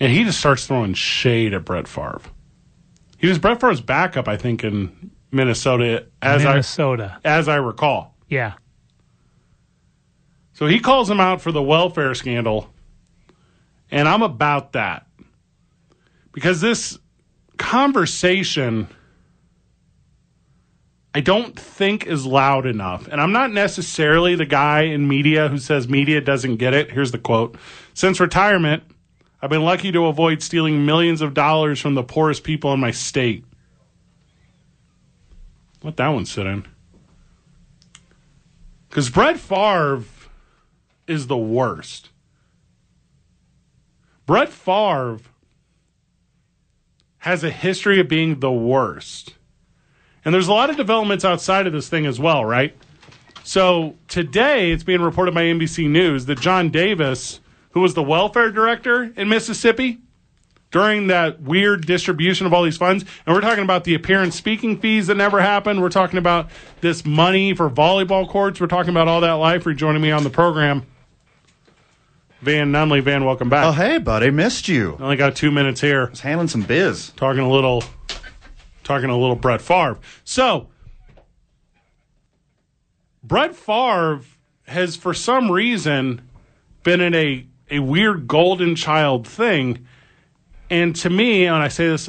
Speaker 1: And he just starts throwing shade at Brett Favre. He was Brett Favre's backup, I think, in Minnesota, as
Speaker 3: Minnesota.
Speaker 1: I as I recall.
Speaker 3: yeah.
Speaker 1: So he calls him out for the welfare scandal. And I'm about that. Because this conversation, I don't think is loud enough. And I'm not necessarily the guy in media who says media doesn't get it. Here's the quote Since retirement, I've been lucky to avoid stealing millions of dollars from the poorest people in my state. Let that one sit in. Because Brett Favre is the worst. Brett Favre has a history of being the worst. And there's a lot of developments outside of this thing as well, right? So today it's being reported by NBC News that John Davis, who was the welfare director in Mississippi during that weird distribution of all these funds, and we're talking about the appearance speaking fees that never happened, we're talking about this money for volleyball courts, we're talking about all that life. You're joining me on the program. Van Nunley, Van, welcome back.
Speaker 2: Oh, hey, buddy, missed you.
Speaker 1: Only got two minutes here
Speaker 2: Just handling some biz.
Speaker 1: talking a little talking a little Brett Favre. So Brett Favre has for some reason been in a, a weird golden child thing. And to me, and I say this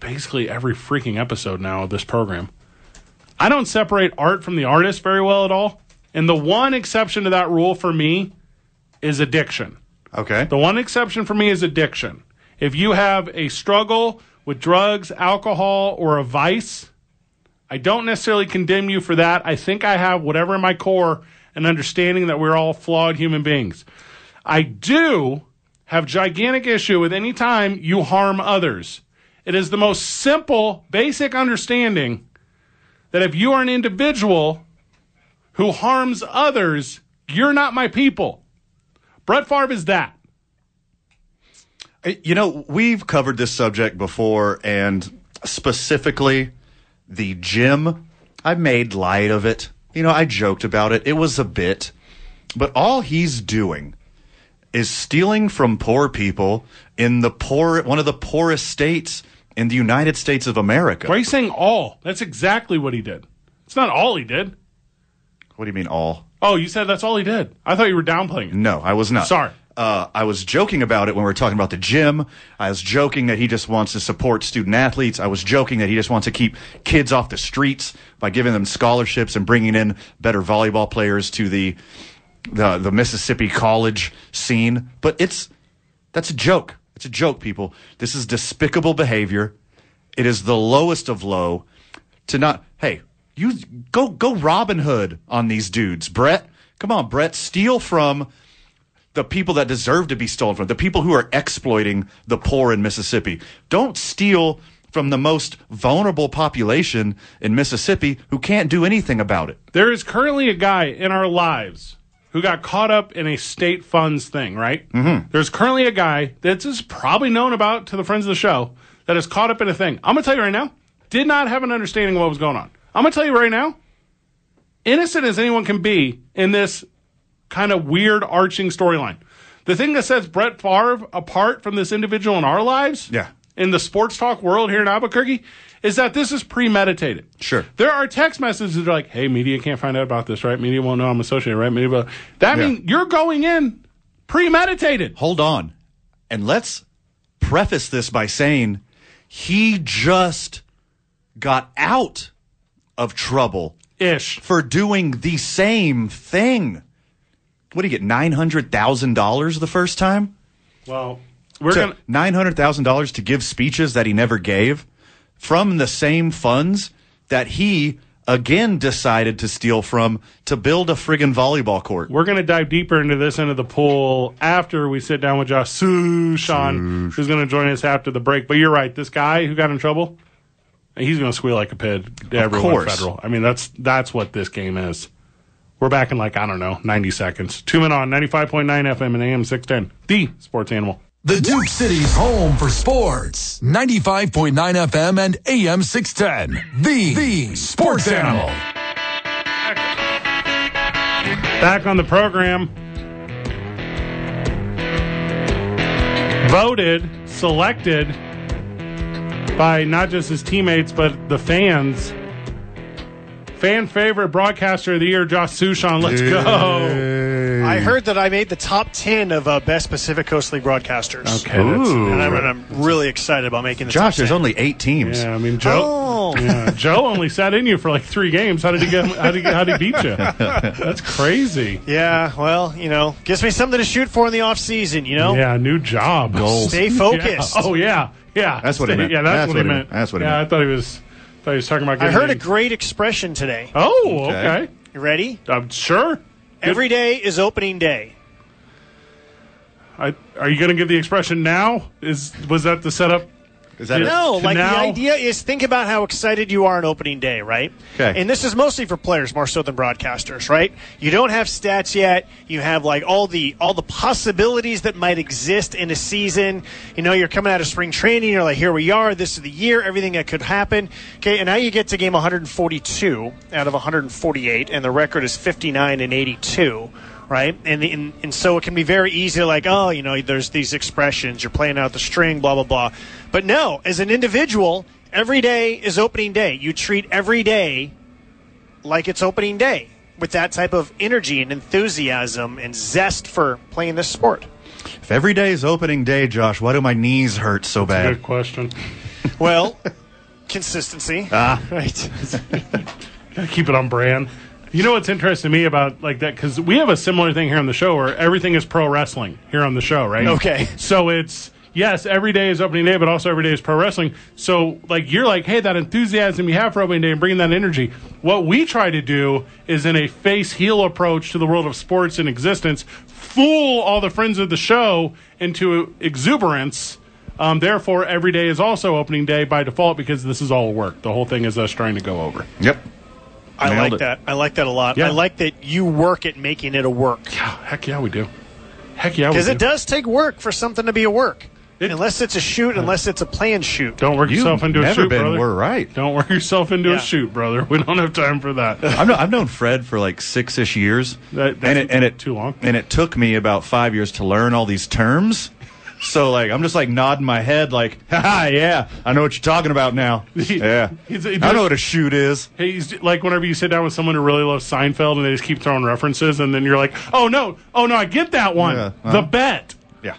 Speaker 1: basically every freaking episode now of this program, I don't separate art from the artist very well at all. And the one exception to that rule for me is addiction.
Speaker 2: Okay.
Speaker 1: The one exception for me is addiction. If you have a struggle with drugs, alcohol, or a vice, I don't necessarily condemn you for that. I think I have whatever in my core an understanding that we're all flawed human beings. I do have gigantic issue with any time you harm others. It is the most simple, basic understanding that if you are an individual who harms others, you're not my people. Brett Favre is that.
Speaker 2: You know, we've covered this subject before, and specifically the gym. I made light of it. You know, I joked about it. It was a bit. But all he's doing is stealing from poor people in the poor one of the poorest states in the United States of America.
Speaker 1: Why are you saying all? That's exactly what he did. It's not all he did.
Speaker 2: What do you mean all?
Speaker 1: Oh, you said that's all he did. I thought you were downplaying it.
Speaker 2: No, I was not.
Speaker 1: Sorry.
Speaker 2: Uh, I was joking about it when we were talking about the gym. I was joking that he just wants to support student athletes. I was joking that he just wants to keep kids off the streets by giving them scholarships and bringing in better volleyball players to the the, the Mississippi college scene. But it's that's a joke. It's a joke, people. This is despicable behavior. It is the lowest of low to not hey, you go go Robin Hood on these dudes, Brett. Come on, Brett, steal from the people that deserve to be stolen from, the people who are exploiting the poor in Mississippi. Don't steal from the most vulnerable population in Mississippi who can't do anything about it.
Speaker 1: There is currently a guy in our lives who got caught up in a state funds thing, right? Mm-hmm. There's currently a guy that's is probably known about to the friends of the show that is caught up in a thing. I'm going to tell you right now, did not have an understanding of what was going on. I'm going to tell you right now, innocent as anyone can be in this kind of weird arching storyline. The thing that sets Brett Favre apart from this individual in our lives,
Speaker 2: Yeah.
Speaker 1: in the sports talk world here in Albuquerque, is that this is premeditated.
Speaker 2: Sure.
Speaker 1: There are text messages that are like, "Hey, media can't find out about this, right? Media won't know I'm associated, right? Media." Blah. That
Speaker 2: Yeah.
Speaker 1: means you're going in premeditated.
Speaker 2: Hold on. And let's preface this by saying he just got out of trouble
Speaker 1: Ish.
Speaker 2: for doing the same thing. What do you get? Nine hundred thousand dollars the first time.
Speaker 1: Well, we're gonna.
Speaker 2: Nine hundred thousand dollars to give speeches that he never gave from the same funds that he again decided to steal from to build a friggin' volleyball court.
Speaker 1: We're going to dive deeper into this end of the pool after we sit down with Josh Sushan, who's going to join us after the break. But you're right. This guy who got in trouble, he's going to squeal like a pig to everyone
Speaker 2: course.
Speaker 1: federal. I mean, that's that's what this game is. We're back in like, I don't know, 90 seconds. Two men on 95.9 FM and AM 610, the sports animal.
Speaker 4: The Duke City's home for sports. 95.9 FM and AM 610. The, the sports animal.
Speaker 1: Back on the program. Voted, selected by not just his teammates, but the fans. Fan favorite broadcaster of the year, Josh Sushan. Let's go.
Speaker 5: I
Speaker 1: Hmm.
Speaker 5: heard that I made the top 10 of uh, best Pacific Coast League broadcasters.
Speaker 1: Okay, that's-
Speaker 2: Ooh.
Speaker 5: And I'm, and I'm really excited about making the
Speaker 2: Josh,
Speaker 5: top
Speaker 2: there's only eight teams.
Speaker 1: Yeah, I mean, Joe.
Speaker 2: Oh.
Speaker 5: Oh.
Speaker 1: Yeah, Joe only sat in you for like three games. How did he get? How did he, how did he beat you? That's crazy.
Speaker 5: 10. Yeah, well, you know, gives me something to shoot for in the off season. you know?
Speaker 1: Yeah, new job.
Speaker 5: Stay focused.
Speaker 1: Yeah. Oh yeah, yeah.
Speaker 2: That's what he meant.
Speaker 1: Yeah, that's, what, he meant.
Speaker 2: That's what he
Speaker 1: yeah,
Speaker 2: meant.
Speaker 1: I thought he was. Thought he was talking about.
Speaker 5: I
Speaker 1: getting
Speaker 5: heard a
Speaker 1: the-
Speaker 5: great expression today.
Speaker 1: Oh, okay.
Speaker 2: Okay.
Speaker 5: You ready?
Speaker 1: I'm sure.
Speaker 5: Every day is opening day.
Speaker 1: I, are you going to give the expression now? Is was that the setup?
Speaker 2: Is that it?
Speaker 5: No,
Speaker 1: To
Speaker 5: like the
Speaker 1: now-
Speaker 5: idea is think about how excited you are on opening day, right?
Speaker 2: 'Kay.
Speaker 5: And this is mostly for players more so than broadcasters, right? You don't have stats yet. You have like all the all the possibilities that might exist in a season. You know, you're coming out of spring training. You're like, here we are. This is the year. Everything that could happen. Okay, and now you get to game 142 out of 148, and the record is 59 and 82. Right, and, the, and and so it can be very easy, to like oh, you know, there's these expressions. You're playing out the string, blah blah blah. But no, as an individual, every day is opening day. You treat every day like it's opening day with that type of energy and enthusiasm and zest for playing this sport.
Speaker 2: If every day is opening day, Josh, why do my knees hurt so bad?
Speaker 1: Good question.
Speaker 5: Well, consistency. Ah. Right.
Speaker 1: keep it on brand. You know what's interesting to me about like that because we have a similar thing here on the show where everything is pro wrestling here on the show, right?
Speaker 5: Okay.
Speaker 1: So it's yes, every day is opening day, but also every day is pro wrestling. So like you're like, hey, that enthusiasm you have for opening day and bringing that energy. What we try to do is in a face heel approach to the world of sports and existence, fool all the friends of the show into exuberance. Um, therefore, every day is also opening day by default because this is all work. The whole thing is us trying to go over.
Speaker 2: Yep.
Speaker 5: I
Speaker 2: Nailed
Speaker 5: like
Speaker 2: it.
Speaker 5: that. I like that a lot.
Speaker 1: Yeah.
Speaker 5: I like that you work at making it a work.
Speaker 1: Oh, Heck yeah, we do. Heck yeah, we
Speaker 5: Because
Speaker 1: do.
Speaker 5: it does take work for something to be a work.
Speaker 1: It-
Speaker 5: unless it's a shoot, unless it's a planned shoot.
Speaker 1: Don't work
Speaker 2: You've
Speaker 1: yourself into a
Speaker 2: never
Speaker 1: shoot,
Speaker 2: been
Speaker 1: brother.
Speaker 2: were right.
Speaker 1: Don't work yourself into a
Speaker 5: Yeah.
Speaker 1: shoot, brother. We don't have time for that.
Speaker 2: I've, kno- I've known Fred for like six ish years,
Speaker 1: That- that's
Speaker 2: and it, and it
Speaker 1: too long.
Speaker 2: and it took me about five years to learn all these terms. So like I'm just like nodding my head, like, haha, yeah, I know what you're talking about now. Yeah,
Speaker 1: He's-
Speaker 2: I know what a shoot is.
Speaker 1: Hey, he's like whenever you sit down with someone who really loves Seinfeld and they just keep throwing references, and then you're like, oh no, oh no, I get that one.
Speaker 2: Yeah,
Speaker 1: The
Speaker 2: uh-huh.
Speaker 1: bet.
Speaker 2: Yeah.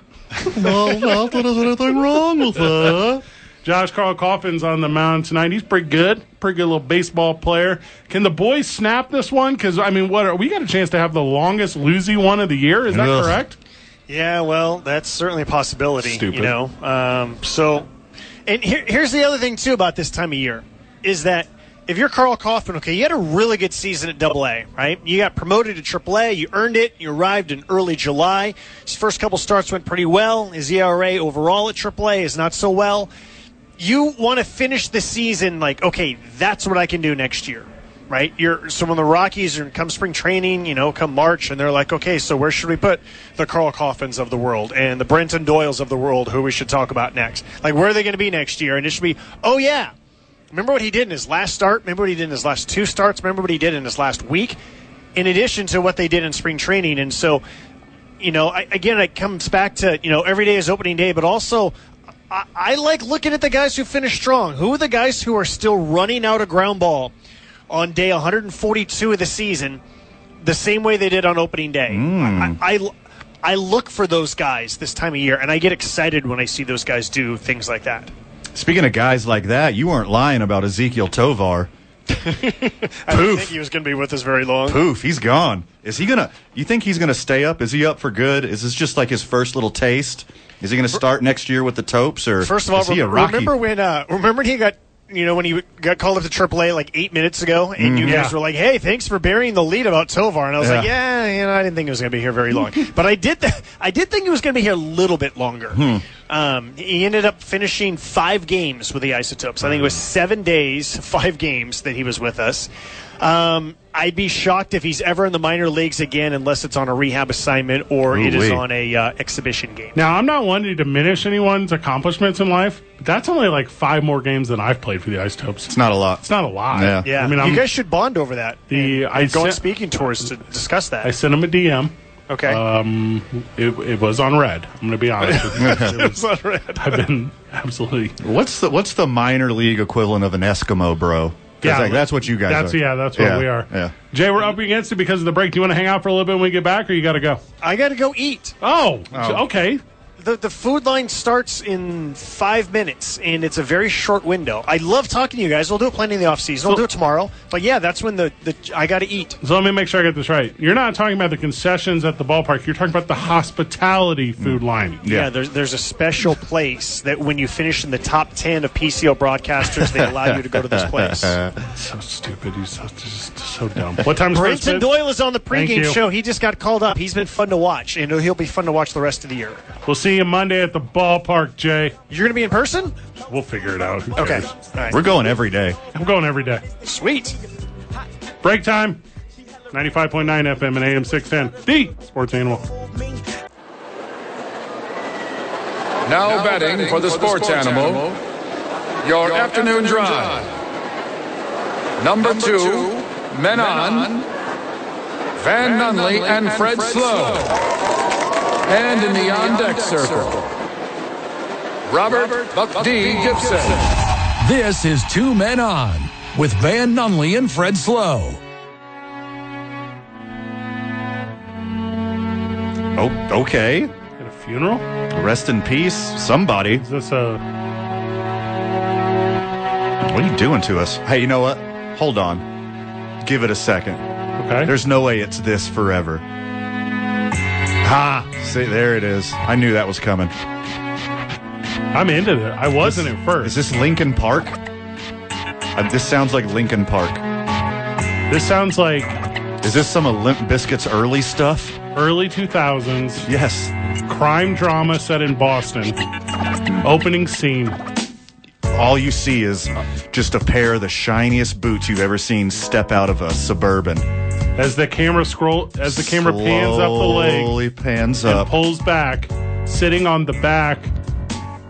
Speaker 2: well, not that there's anything wrong with that.
Speaker 1: Josh Carl Coffin's on the mound tonight. He's pretty good, pretty good little baseball player. Can the boys snap this one? Because I mean, what are, we got a chance to have the longest losing one of the year? Is that
Speaker 2: Ugh.
Speaker 1: correct?
Speaker 5: Yeah, well, that's certainly a possibility.
Speaker 1: Stupid.
Speaker 5: You know, um, so and here, here's the other thing too about this time of year is that if you're Carl Kaufman, okay, you had a really good season at Double A, right? You got promoted to Triple A, you earned it, you arrived in early July. His first couple starts went pretty well. His ERA overall at Triple A is not so well you want to finish the season like, okay, that's what I can do next year, right? You're so when the Rockies are come spring training, you know, come March, and they're like, okay, so where should we put the Carl Coffins of the world and the Brenton Doyles of the world, who we should talk about next? Like, where are they going to be next year? And it should be, oh yeah, remember what he did in his last start? Remember what he did in his last two starts? Remember what he did in his last week? In addition to what they did in spring training, and so you know, I, again, it comes back to you know every day is opening day, but also I, I like looking at the guys who finish strong. Who are the guys who are still running out of ground ball on day 142 of the season, the same way they did on opening day? I, I I look for those guys this time of year, and I get excited when I see those guys do things like that.
Speaker 2: Speaking of guys like that, you weren't lying about Ezekiel Tovar.
Speaker 5: I didn't think he was going to be with us very long.
Speaker 2: Poof, he's gone. Is he gonna? You think he's gonna stay up? Is he up for good? Is this just like his first little taste? Is he gonna start next year with the Topes or
Speaker 5: First of all,
Speaker 2: is he a
Speaker 5: rem-
Speaker 2: Rocky?
Speaker 5: remember when uh, remember when he got you know when he got called up to AAA like eight minutes ago, and you
Speaker 1: Yeah.
Speaker 5: guys were like, "Hey, thanks for burying the lead about Tovar," and I was like,
Speaker 2: Yeah.
Speaker 5: "Yeah, you know, I didn't think he was going to be here very long, but I did th- I did think he was going to be here a little bit longer." Um, he ended up finishing five games with the Isotopes. I think it was seven days, five games that he was with us. Um, I'd be shocked if he's ever in the minor leagues again, unless it's on a rehab assignment or it is
Speaker 2: Ooh-wee.
Speaker 5: on a uh, exhibition game.
Speaker 1: Now, I'm not one to diminish anyone's accomplishments in life, but that's only like five more games than I've played for the Ice Topes.
Speaker 2: It's not a lot.
Speaker 1: It's not a lot.
Speaker 2: Yeah.
Speaker 5: Yeah,
Speaker 1: I mean, I'm,
Speaker 5: you guys should bond over that.
Speaker 1: The-
Speaker 5: and
Speaker 1: I
Speaker 5: go on
Speaker 1: sent-
Speaker 5: speaking tours to discuss
Speaker 1: I
Speaker 5: that.
Speaker 1: sent him a DM.
Speaker 5: Okay,
Speaker 1: Um, it, it was on red. I'm going to be honest with you. It was- I've been absolutely.
Speaker 2: What's the what's the minor league equivalent of an Eskimo, bro? 'Cause,
Speaker 1: Yeah,
Speaker 2: like, that's what you guys
Speaker 1: That's
Speaker 2: are.
Speaker 1: yeah. That's what we are.
Speaker 2: Yeah.
Speaker 1: Jay, we're up against it because of the break. Do you want to hang out for a little bit when we get back, or you got to go?
Speaker 5: I got to go eat.
Speaker 1: Oh, okay.
Speaker 5: The, the food line starts in five minutes, and it's a very short window. I love talking to you guys. We'll do it plenty in the off season. We'll do it tomorrow. But yeah, that's when the, the I got to eat.
Speaker 1: So let me make sure I get this right. You're not talking about the concessions at the ballpark. You're talking about the hospitality food line.
Speaker 5: Yeah,
Speaker 2: Mm. Yeah.
Speaker 5: there's there's a special place that when you finish in the top ten of PCO broadcasters, they allow you to go to this place.
Speaker 1: So stupid. He's so, just so dumb. What time is first
Speaker 5: Brenton
Speaker 1: pitch?
Speaker 5: Doyle is on the
Speaker 1: Thank
Speaker 5: pregame
Speaker 1: you.
Speaker 5: show. He just got called up. He's been fun to watch, and he'll be fun to watch the rest of the year.
Speaker 1: We'll see you Monday at the ballpark, Jay.
Speaker 5: You're gonna be in person?
Speaker 1: We'll figure it out. Who
Speaker 5: Okay.
Speaker 1: cares?
Speaker 5: All right.
Speaker 2: We're going every day.
Speaker 1: I'm going every day.
Speaker 5: Sweet.
Speaker 1: Break time. 95.9 FM and AM 610. The Sports Animal.
Speaker 6: Now, betting, for the sports, animal, your, afternoon, drive. Number, two, men, on, Van, Nunley and Fred, Slow. And in the on deck circle, Robert Buck D. Gibson.
Speaker 4: This is Two Men On with Van Nunley and Fred Slow.
Speaker 2: Oh, okay.
Speaker 1: At a funeral?
Speaker 2: Rest in peace, somebody.
Speaker 1: Is this uh, a.
Speaker 2: What are you doing to us? Hey, you know what? Hold on. Give it a second.
Speaker 1: Okay.
Speaker 2: There's no way it's this forever. Ha! See, there it is. I knew that was coming.
Speaker 1: I'm into it. I wasn't at
Speaker 2: Is
Speaker 1: first.
Speaker 2: this Lincoln Park? Uh, this sounds like Lincoln Park.
Speaker 1: This sounds like
Speaker 2: Is this some of Limp Biscuit's early stuff?
Speaker 1: early 2000s
Speaker 2: Yes.
Speaker 1: crime drama set in Boston. Opening scene.
Speaker 2: All you see is just a pair of the shiniest boots you've ever seen step out of a suburban.
Speaker 1: As the camera scroll, as the camera pans up the leg
Speaker 2: Slowly pans
Speaker 1: and
Speaker 2: up.
Speaker 1: pulls back, sitting on the back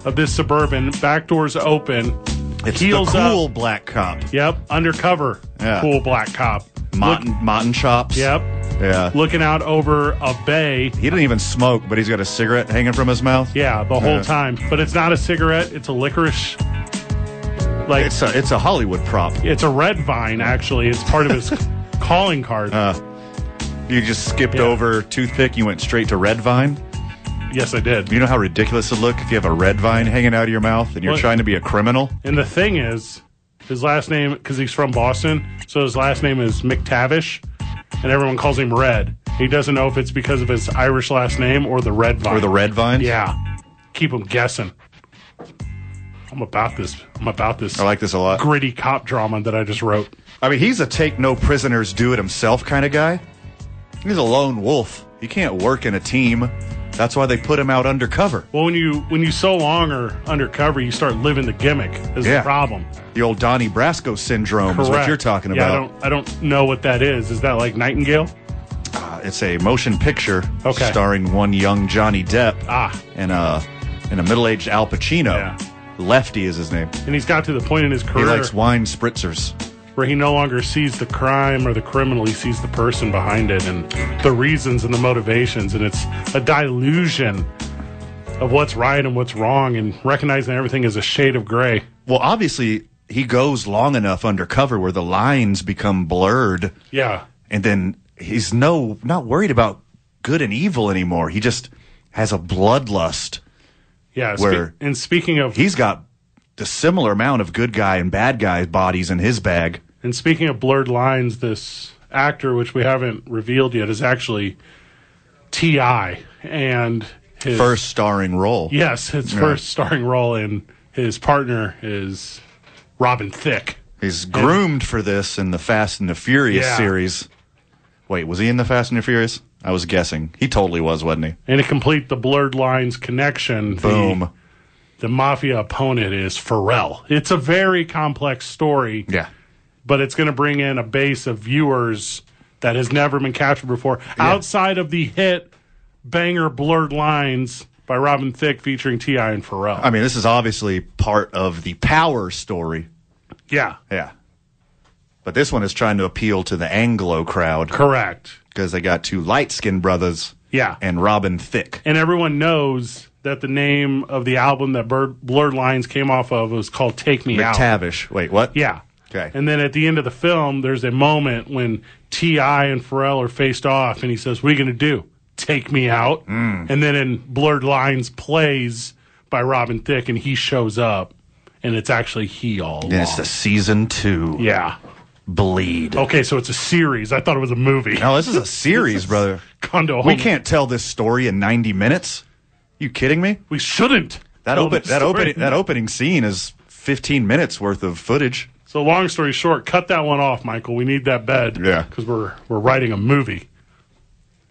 Speaker 1: of this suburban, back doors open.
Speaker 2: it's
Speaker 1: heels
Speaker 2: the cool
Speaker 1: up.
Speaker 2: black cop.
Speaker 1: Yep, undercover,
Speaker 2: Yeah.
Speaker 1: cool black cop.
Speaker 2: Mutton, mutton chops.
Speaker 1: Yep,
Speaker 2: Yeah.
Speaker 1: looking out over a bay.
Speaker 2: He didn't even smoke, but he's got a cigarette hanging from his mouth.
Speaker 1: Yeah, the whole
Speaker 2: Yeah.
Speaker 1: time. But it's not a cigarette; it's a licorice. Like
Speaker 2: It's a, it's a Hollywood prop.
Speaker 1: it's a red vine. Actually, it's part of his calling card.
Speaker 2: Uh. You just skipped
Speaker 1: Yeah.
Speaker 2: over too thick. You went straight to red vine.
Speaker 1: yes, I did.
Speaker 2: You know how ridiculous it'd look if you have a red vine hanging out of your mouth and you're
Speaker 1: What?
Speaker 2: trying to be a criminal.
Speaker 1: And the thing is, his last name, because he's from Boston, so his last name is McTavish, and everyone calls him Red. He doesn't know if it's because of his Irish last name or the red vine.
Speaker 2: Or the red vine.
Speaker 1: Yeah. Keep him guessing. I'm about this. I'm about this
Speaker 2: I like this a lot.
Speaker 1: gritty cop drama that I just wrote.
Speaker 2: I mean, he's a take no prisoners, do it himself kind of guy. He's a lone wolf. He can't work in a team. That's why they put him out undercover.
Speaker 1: Well, when you when you so long are undercover, you start living the gimmick is
Speaker 2: Yeah.
Speaker 1: the problem.
Speaker 2: The old Donnie Brasco syndrome is what
Speaker 1: Correct.
Speaker 2: you're talking
Speaker 1: Yeah,
Speaker 2: about.
Speaker 1: I don't I don't know what that is. Is that like Nightingale?
Speaker 2: Uh, it's a motion picture
Speaker 1: Okay.
Speaker 2: starring one young Johnny Depp
Speaker 1: Ah.
Speaker 2: and a and a middle-aged Al Pacino.
Speaker 1: Yeah.
Speaker 2: Lefty is his name.
Speaker 1: And he's got to the point in his
Speaker 2: He
Speaker 1: career
Speaker 2: likes wine spritzers.
Speaker 1: where he no longer sees the crime or the criminal, he sees the person behind it and the reasons and the motivations. And it's a dilution of what's right and what's wrong and recognizing everything as a shade of gray.
Speaker 2: Well, obviously, he goes long enough undercover where the lines become blurred,
Speaker 1: Yeah.
Speaker 2: and then he's no not worried about good and evil anymore. He just has a bloodlust.
Speaker 1: Yeah. spe-
Speaker 2: Where-
Speaker 1: and speaking of
Speaker 2: He's got the similar amount of good guy and bad guy bodies in his bag.
Speaker 1: and speaking of blurred lines, this actor, which we haven't revealed yet, is actually T.I. and his
Speaker 2: First starring role.
Speaker 1: Yes, his first starring role and his partner is Robin Thicke.
Speaker 2: He's groomed for this in the Fast and the Furious
Speaker 1: Yeah.
Speaker 2: series. Wait, was he in the Fast and the Furious? I was guessing. He totally was, wasn't he?
Speaker 1: And to complete the blurred lines connection, the-
Speaker 2: Boom.
Speaker 1: the mafia opponent is Pharrell. It's a very complex story.
Speaker 2: Yeah.
Speaker 1: but it's going to bring in a base of viewers that has never been captured before outside of the hit banger Blurred Lines by Robin Thicke featuring T.I. and Pharrell.
Speaker 2: I mean, this is obviously part of the power story.
Speaker 1: yeah,
Speaker 2: Yeah. But this one is trying to appeal to the Anglo crowd
Speaker 1: correct.
Speaker 2: because they got two light skinned brothers
Speaker 1: Yeah.
Speaker 2: and Robin Thicke.
Speaker 1: and everyone knows that the name of the album that Bird, Blurred Lines came off of was called "Take Me Out."
Speaker 2: McTavish. Wait, what?
Speaker 1: Yeah.
Speaker 2: Okay.
Speaker 1: And then at the end of the film, there's a moment when Ti and Pharrell are faced off, and he says, "What are you going to do? Take me out?"
Speaker 2: Mm.
Speaker 1: And then in Blurred Lines plays by Robin Thicke, and he shows up, and it's actually he all along.
Speaker 2: And it's the season two.
Speaker 1: yeah.
Speaker 2: Bleed.
Speaker 1: Okay, so it's a series. I thought it was a movie.
Speaker 2: No, this is a series, brother.
Speaker 1: Condo.
Speaker 2: We
Speaker 1: Home.
Speaker 2: can't tell this story in 90 minutes. You kidding me?
Speaker 1: We shouldn't.
Speaker 2: That
Speaker 1: tell
Speaker 2: open
Speaker 1: this
Speaker 2: that
Speaker 1: story.
Speaker 2: opening that opening scene is 15 minutes worth of footage.
Speaker 1: So long story short, cut that one off, Michael. We need that bed.
Speaker 2: Yeah.
Speaker 1: Because we're we're writing a movie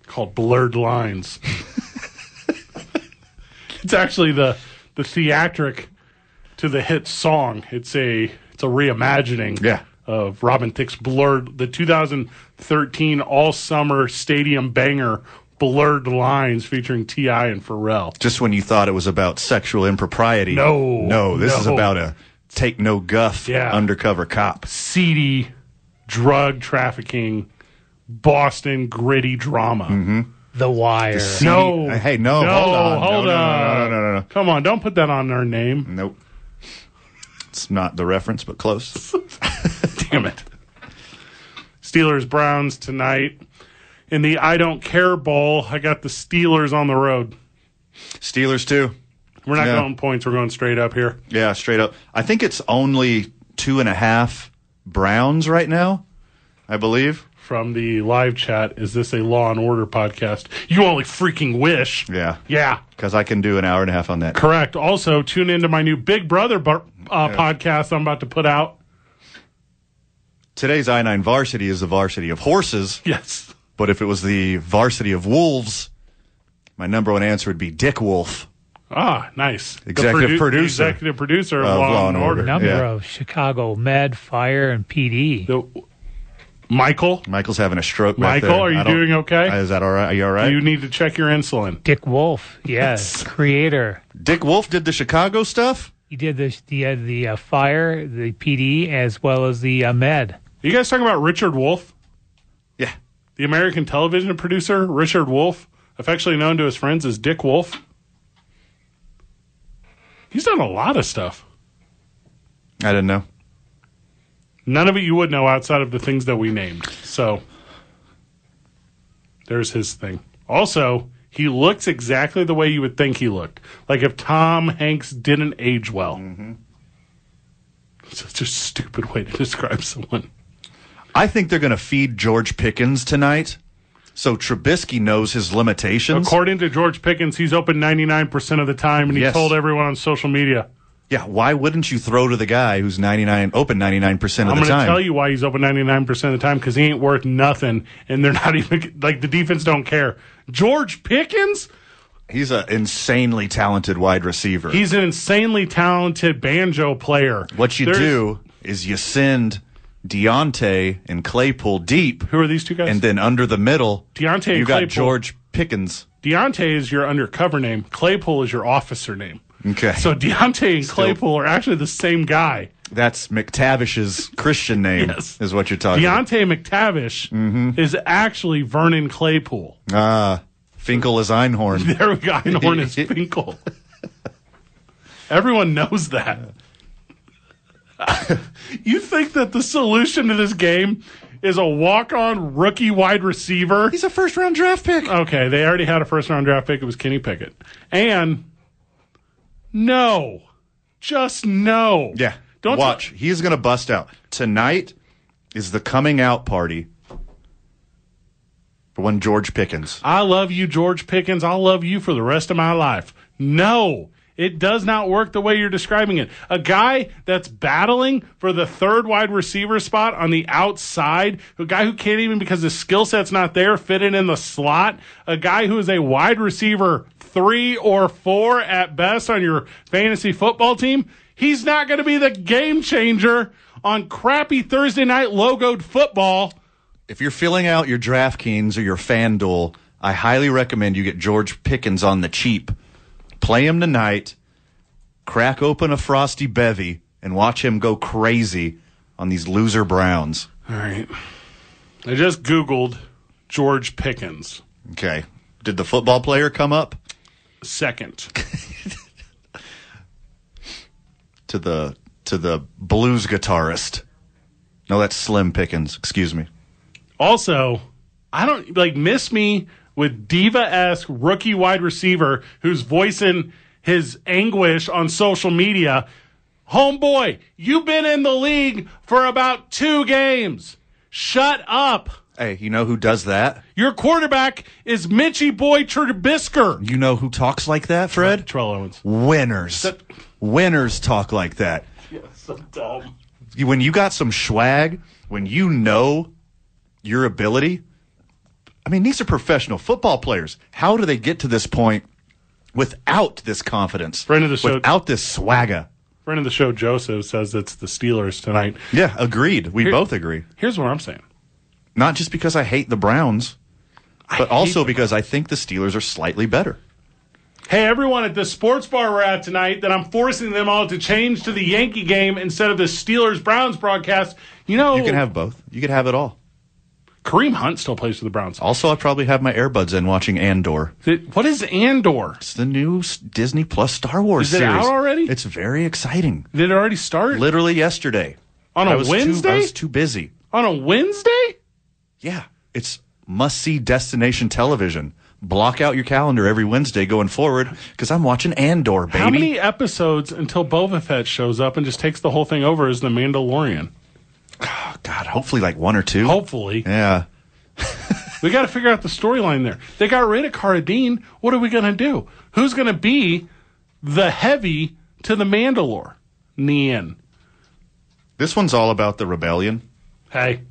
Speaker 1: called Blurred Lines. it's actually the the theatric to the hit song. It's a it's a reimagining
Speaker 2: Yeah.
Speaker 1: of Robin Thicke's Blurred the 2013 all summer stadium banger Blurred Lines featuring T.I. and Pharrell.
Speaker 2: Just when you thought it was about sexual impropriety.
Speaker 1: No,
Speaker 2: No, this is
Speaker 1: no.
Speaker 2: about a take no guff
Speaker 1: Yeah.
Speaker 2: undercover cop.
Speaker 1: Seedy drug trafficking Boston gritty drama.
Speaker 2: Hmm.
Speaker 3: The Wire.
Speaker 1: No.
Speaker 2: Uh, hey, no,
Speaker 1: No,
Speaker 2: hold on. No,
Speaker 1: hold
Speaker 2: no, no,
Speaker 1: on.
Speaker 2: no, no, no, no, no.
Speaker 1: Come on, don't put that on their name.
Speaker 2: Nope. It's not the reference, but close. Mm.
Speaker 1: Damn it. Steelers Browns tonight. In the I don't care bowl, I got the Steelers on the road.
Speaker 2: Steelers too.
Speaker 1: We're not
Speaker 2: Yeah.
Speaker 1: going points, we're going straight up here.
Speaker 2: Yeah, straight up. I think it's only two and a half Browns right now. I believe.
Speaker 1: From the live chat, is this a Law and Order podcast? You only freaking wish.
Speaker 2: Yeah.
Speaker 1: Yeah.
Speaker 2: Because I can do an hour and a half on that.
Speaker 1: Correct. Also, tune into my new Big Brother bar, uh, podcast I'm about to put out.
Speaker 2: Today's I nine varsity is the varsity of horses.
Speaker 1: Yes.
Speaker 2: But if it was the varsity of wolves, my number one answer would be Dick Wolf.
Speaker 1: Ah, nice. The
Speaker 2: Executive producer.
Speaker 1: executive producer of, Law, and Order.
Speaker 3: Number
Speaker 2: Yeah.
Speaker 3: of Chicago Med, Fire, and PD.
Speaker 1: The- Michael,
Speaker 2: Michael's having a stroke. right
Speaker 1: Michael,
Speaker 2: there.
Speaker 1: are you
Speaker 2: I don't-
Speaker 1: doing okay?
Speaker 2: Is that all right? Are you all right?
Speaker 1: you need to check your insulin.
Speaker 3: Dick Wolf, yes, creator.
Speaker 2: Dick Wolf did the Chicago stuff.
Speaker 3: He did the the, uh, the uh, Fire, the PD, as well as the uh, Med.
Speaker 1: you guys talking about Richard Wolf,
Speaker 2: Yeah.
Speaker 1: the American television producer, Richard Wolf, affectionately known to his friends as Dick Wolf? He's done a lot of stuff.
Speaker 2: I didn't know.
Speaker 1: None of it you would know outside of the things that we named. So there's his thing. Also, he looks exactly the way you would think he looked. Like if Tom Hanks didn't age well. Such a stupid way to describe someone.
Speaker 2: I think they're going to feed George Pickens tonight. So Trubisky knows his limitations.
Speaker 1: According to George Pickens, he's open 99% of the time, and he
Speaker 2: Yes.
Speaker 1: told everyone on social media.
Speaker 2: yeah, why wouldn't you throw to the guy who's 99 open 99% of
Speaker 1: I'm
Speaker 2: the
Speaker 1: going to
Speaker 2: time?
Speaker 1: tell you why he's open 99% of the time because he ain't worth nothing, and they're not even like the defense don't care. George Pickens,
Speaker 2: He's an insanely talented wide receiver.
Speaker 1: he's an insanely talented banjo player.
Speaker 2: what you
Speaker 1: There's-
Speaker 2: do is you send Deontay and Claypool deep,
Speaker 1: Who are these two guys?
Speaker 2: and then under the middle,
Speaker 1: Deontay
Speaker 2: you
Speaker 1: and
Speaker 2: got
Speaker 1: Claypool.
Speaker 2: George Pickens.
Speaker 1: Deontay is your undercover name. Claypool is your officer name.
Speaker 2: Okay.
Speaker 1: So Deontay and Claypool are actually the same guy.
Speaker 2: That's McTavish's Christian name,
Speaker 1: Yes.
Speaker 2: is what you're talking about.
Speaker 1: Deontay McTavish
Speaker 2: Mm-hmm.
Speaker 1: is actually Vernon Claypool.
Speaker 2: Ah, Finkel is Einhorn.
Speaker 1: There we go. Einhorn is Finkel. Everyone knows that. you think that the solution to this game is a walk-on rookie wide receiver?
Speaker 2: He's a first round draft pick.
Speaker 1: Okay, they already had a first-round draft pick. It was Kenny Pickett. And no, just no.
Speaker 2: Yeah.
Speaker 1: Don't
Speaker 2: watch. He's going to bust out. Tonight is the coming out party for one George Pickens.
Speaker 1: I love you, George Pickens. I'll love you for the rest of my life. No, it does not work the way you're describing it. A guy that's battling for the third wide receiver spot on the outside, a guy who can't even because his skill set's not there, fit it in the slot, a guy who is a wide receiver three or four at best on your fantasy football team, he's not going to be the game changer on crappy Thursday night logoed football.
Speaker 2: If you're filling out your DraftKings or your FanDuel, I highly recommend you get George Pickens on the cheap. Play him tonight, crack open a frosty bevy, and watch him go crazy on these loser Browns.
Speaker 1: All right. I just Googled George Pickens.
Speaker 2: Okay. Did the football player come up
Speaker 1: Second.
Speaker 2: to the to the blues guitarist? No, that's Slim Pickens. Excuse me.
Speaker 1: Also, I don't like miss me with diva esque rookie wide receiver who's voicing his anguish on social media. Homeboy, you've been in the league for about two games. Shut up.
Speaker 2: Hey, you know who does that?
Speaker 1: Your quarterback is Mitchie Boy Trubisky.
Speaker 2: You know who talks like that, Fred?
Speaker 1: Terrell Owens.
Speaker 2: Winners. Winners talk like that.
Speaker 1: So dumb.
Speaker 2: When you got some swag, when you know your ability, I mean, these are professional football players. How do they get to this point without this confidence?
Speaker 1: Friend of the show-
Speaker 2: Without this swagger?
Speaker 1: Friend of the show, Joseph, says it's the Steelers tonight.
Speaker 2: Yeah, agreed. We both agree.
Speaker 1: Here's what I'm saying.
Speaker 2: Not just because I hate the Browns, but also because I think the Steelers are slightly better.
Speaker 1: Hey, everyone at the sports bar we're at tonight, that I'm forcing them all to change to the Yankee game instead of the Steelers Browns broadcast. You know,
Speaker 2: You can have both. You could have it all.
Speaker 1: Kareem Hunt still plays for the Browns.
Speaker 2: Also, I probably have my earbuds in watching Andor.
Speaker 1: What is Andor?
Speaker 2: It's the new s- Disney Plus Star Wars
Speaker 1: Is it
Speaker 2: series.
Speaker 1: out already?
Speaker 2: It's very exciting.
Speaker 1: Did it already start?
Speaker 2: Literally yesterday.
Speaker 1: On a
Speaker 2: I was too- I
Speaker 1: Wednesday?
Speaker 2: was too busy.
Speaker 1: On a Wednesday?
Speaker 2: Yeah, it's must see destination television. Block out your calendar every Wednesday going forward because I'm watching Andor, baby.
Speaker 1: How many episodes until Boba Fett shows up and just takes the whole thing over as the Mandalorian?
Speaker 2: God, hopefully like one or two.
Speaker 1: Hopefully.
Speaker 2: Yeah.
Speaker 1: We got to figure out the storyline there. They got rid of Cara Deen. What are we going to do? Who's going to be the heavy to the Mandalore? Nian.
Speaker 2: This one's all about the rebellion.
Speaker 1: Hey,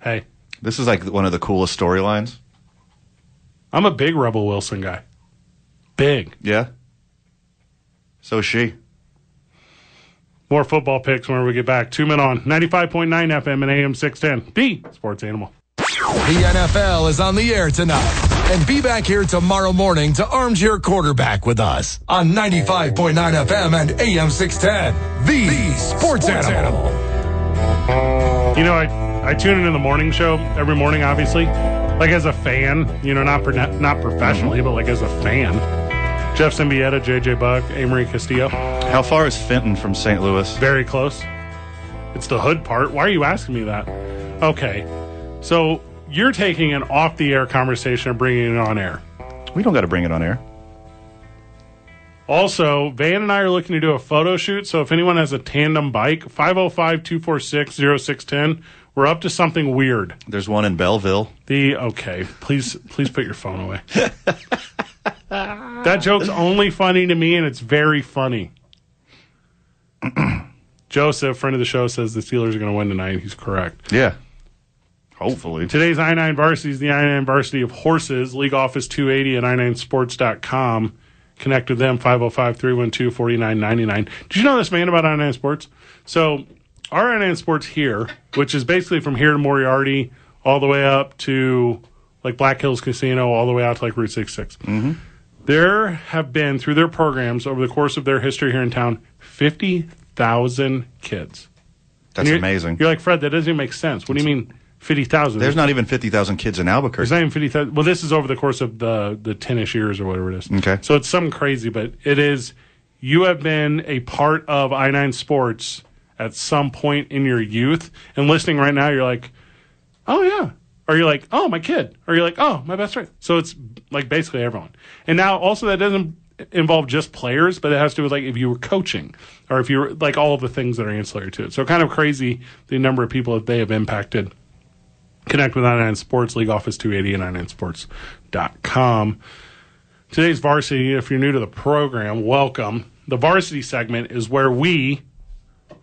Speaker 1: hey.
Speaker 2: This is like one of the coolest storylines.
Speaker 1: I'm a big Rebel Wilson guy. Big.
Speaker 2: Yeah. So is she.
Speaker 1: More football picks whenever we get back. Two men on 95.9 FM and AM 610. B Sports Animal.
Speaker 4: The NFL is on the air tonight. And be back here tomorrow morning to Armchair Quarterback with us on 95.9 FM and AM 610. The, sports, animal.
Speaker 1: You know, I, I tune in in the morning show every morning, obviously. Like as a fan, you know, not pro- not professionally, but like as a fan. Jeff Symbieta, JJ Buck, Amory Castillo.
Speaker 2: How far is Fenton from St. Louis?
Speaker 1: Very close. It's the hood part. Why are you asking me that? Okay. So you're taking an off the air conversation and bringing it on air.
Speaker 2: We don't got to bring it on air.
Speaker 1: Also, Van and I are looking to do a photo shoot. So if anyone has a tandem bike, 505 246 0610, we're up to something weird.
Speaker 2: There's one in Belleville.
Speaker 1: The okay, please please put your phone away. that joke's only funny to me, and it's very funny. Joseph, friend of the show, says the Steelers are going to win tonight. He's correct.
Speaker 2: Yeah. Hopefully.
Speaker 1: Today's I 9 varsity is the I 9 varsity of horses. League office 280 at i9sports.com. Connect with them 505 312 4999. Did you know this man about I 9 Sports? So, our I 9 Sports here, which is basically from here to Moriarty, all the way up to like Black Hills Casino, all the way out to like Route 66.
Speaker 2: Mm-hmm.
Speaker 1: There have been, through their programs over the course of their history here in town, 50,000 kids.
Speaker 2: That's
Speaker 1: You're-
Speaker 2: amazing.
Speaker 1: You're like, Fred, that doesn't even make sense. What do you mean 50,000?
Speaker 2: There's not even 50,000 kids in Albuquerque.
Speaker 1: It's not even fifty thousand. Well, this is over the course of the the ten-ish years or whatever it is.
Speaker 2: Okay.
Speaker 1: So it's something crazy, but it is. You have been a part of I nine Sports at some point in your youth, and listening right now, you're like, oh yeah, or you're like, oh my kid, or you're like, oh my best friend. So it's like basically everyone. And now also that doesn't involve just players, but it has to do with like if you were coaching or if you were like all of the things that are ancillary to it. So kind of crazy the number of people that they have impacted connect with 99 Sports, League Office 280 and 99sports.com. Today's varsity, if you're new to the program, welcome. The varsity segment is where we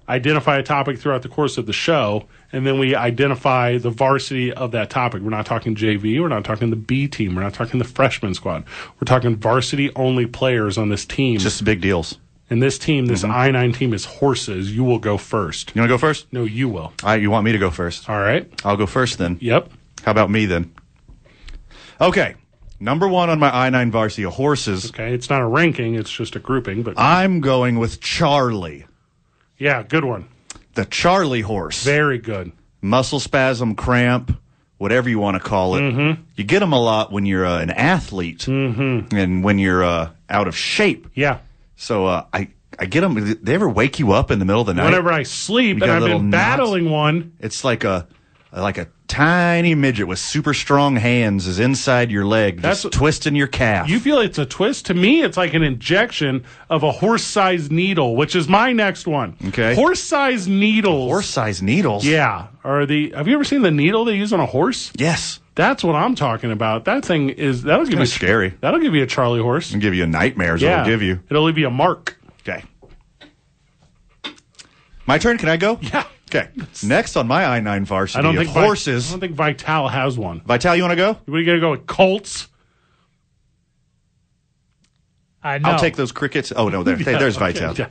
Speaker 1: identify a topic throughout the course of the show, and then we identify the varsity of that topic. We're not talking JV, we're not talking the B team, we're not talking the freshman squad. We're talking varsity only players on this team.
Speaker 2: Just big deals.
Speaker 1: And this team, this I nine team, is horses. You will go first.
Speaker 2: You want to go first?
Speaker 1: No, you will.
Speaker 2: All right, you want me to go first?
Speaker 1: All right.
Speaker 2: I'll go first then.
Speaker 1: Yep.
Speaker 2: How about me then? Okay. Number one on my I 9 Varsia horses,
Speaker 1: Okay. It's not a ranking. It's just a grouping. But
Speaker 2: I'm going with Charlie,
Speaker 1: yeah, good one.
Speaker 2: the Charlie horse.
Speaker 1: Very good.
Speaker 2: Muscle spasm, cramp, whatever you want to call it. You get them a lot when you're uh, an athlete and when you're uh, out of shape.
Speaker 1: Yeah.
Speaker 2: So uh, I, I get them. They ever wake you up in the middle of the night?
Speaker 1: Whenever I sleep,
Speaker 2: got
Speaker 1: and I've
Speaker 2: little
Speaker 1: been
Speaker 2: knots.
Speaker 1: battling one.
Speaker 2: It's like a like a tiny midget with super strong hands is inside your leg,
Speaker 1: That's
Speaker 2: just
Speaker 1: what-
Speaker 2: twisting your calf.
Speaker 1: You feel it's a twist? To me, it's like an injection of a horse sized needle, which is my next one.
Speaker 2: Okay.
Speaker 1: Horse sized needles.
Speaker 2: horse sized needles.
Speaker 1: Yeah. Are the have you ever seen the needle they use on a horse?
Speaker 2: Yes.
Speaker 1: That's what I'm talking about. That thing is that'll give you
Speaker 2: Kinda scary.
Speaker 1: That'll give you a Charlie horse.
Speaker 2: It'll give you nightmares.
Speaker 1: Yeah.
Speaker 2: It'll give you.
Speaker 1: It'll leave you a mark.
Speaker 2: Okay. My turn. Can I go?
Speaker 1: Yeah.
Speaker 2: Okay. Next on my I nine varsity
Speaker 1: I don't
Speaker 2: of
Speaker 1: think Vi-
Speaker 2: horses.
Speaker 1: I don't think Vital has one.
Speaker 2: Vital, you want to go?
Speaker 1: We gotta go with Colts.
Speaker 3: I know.
Speaker 2: I'll take those crickets. Oh no, there, there's Vital.
Speaker 1: Yeah.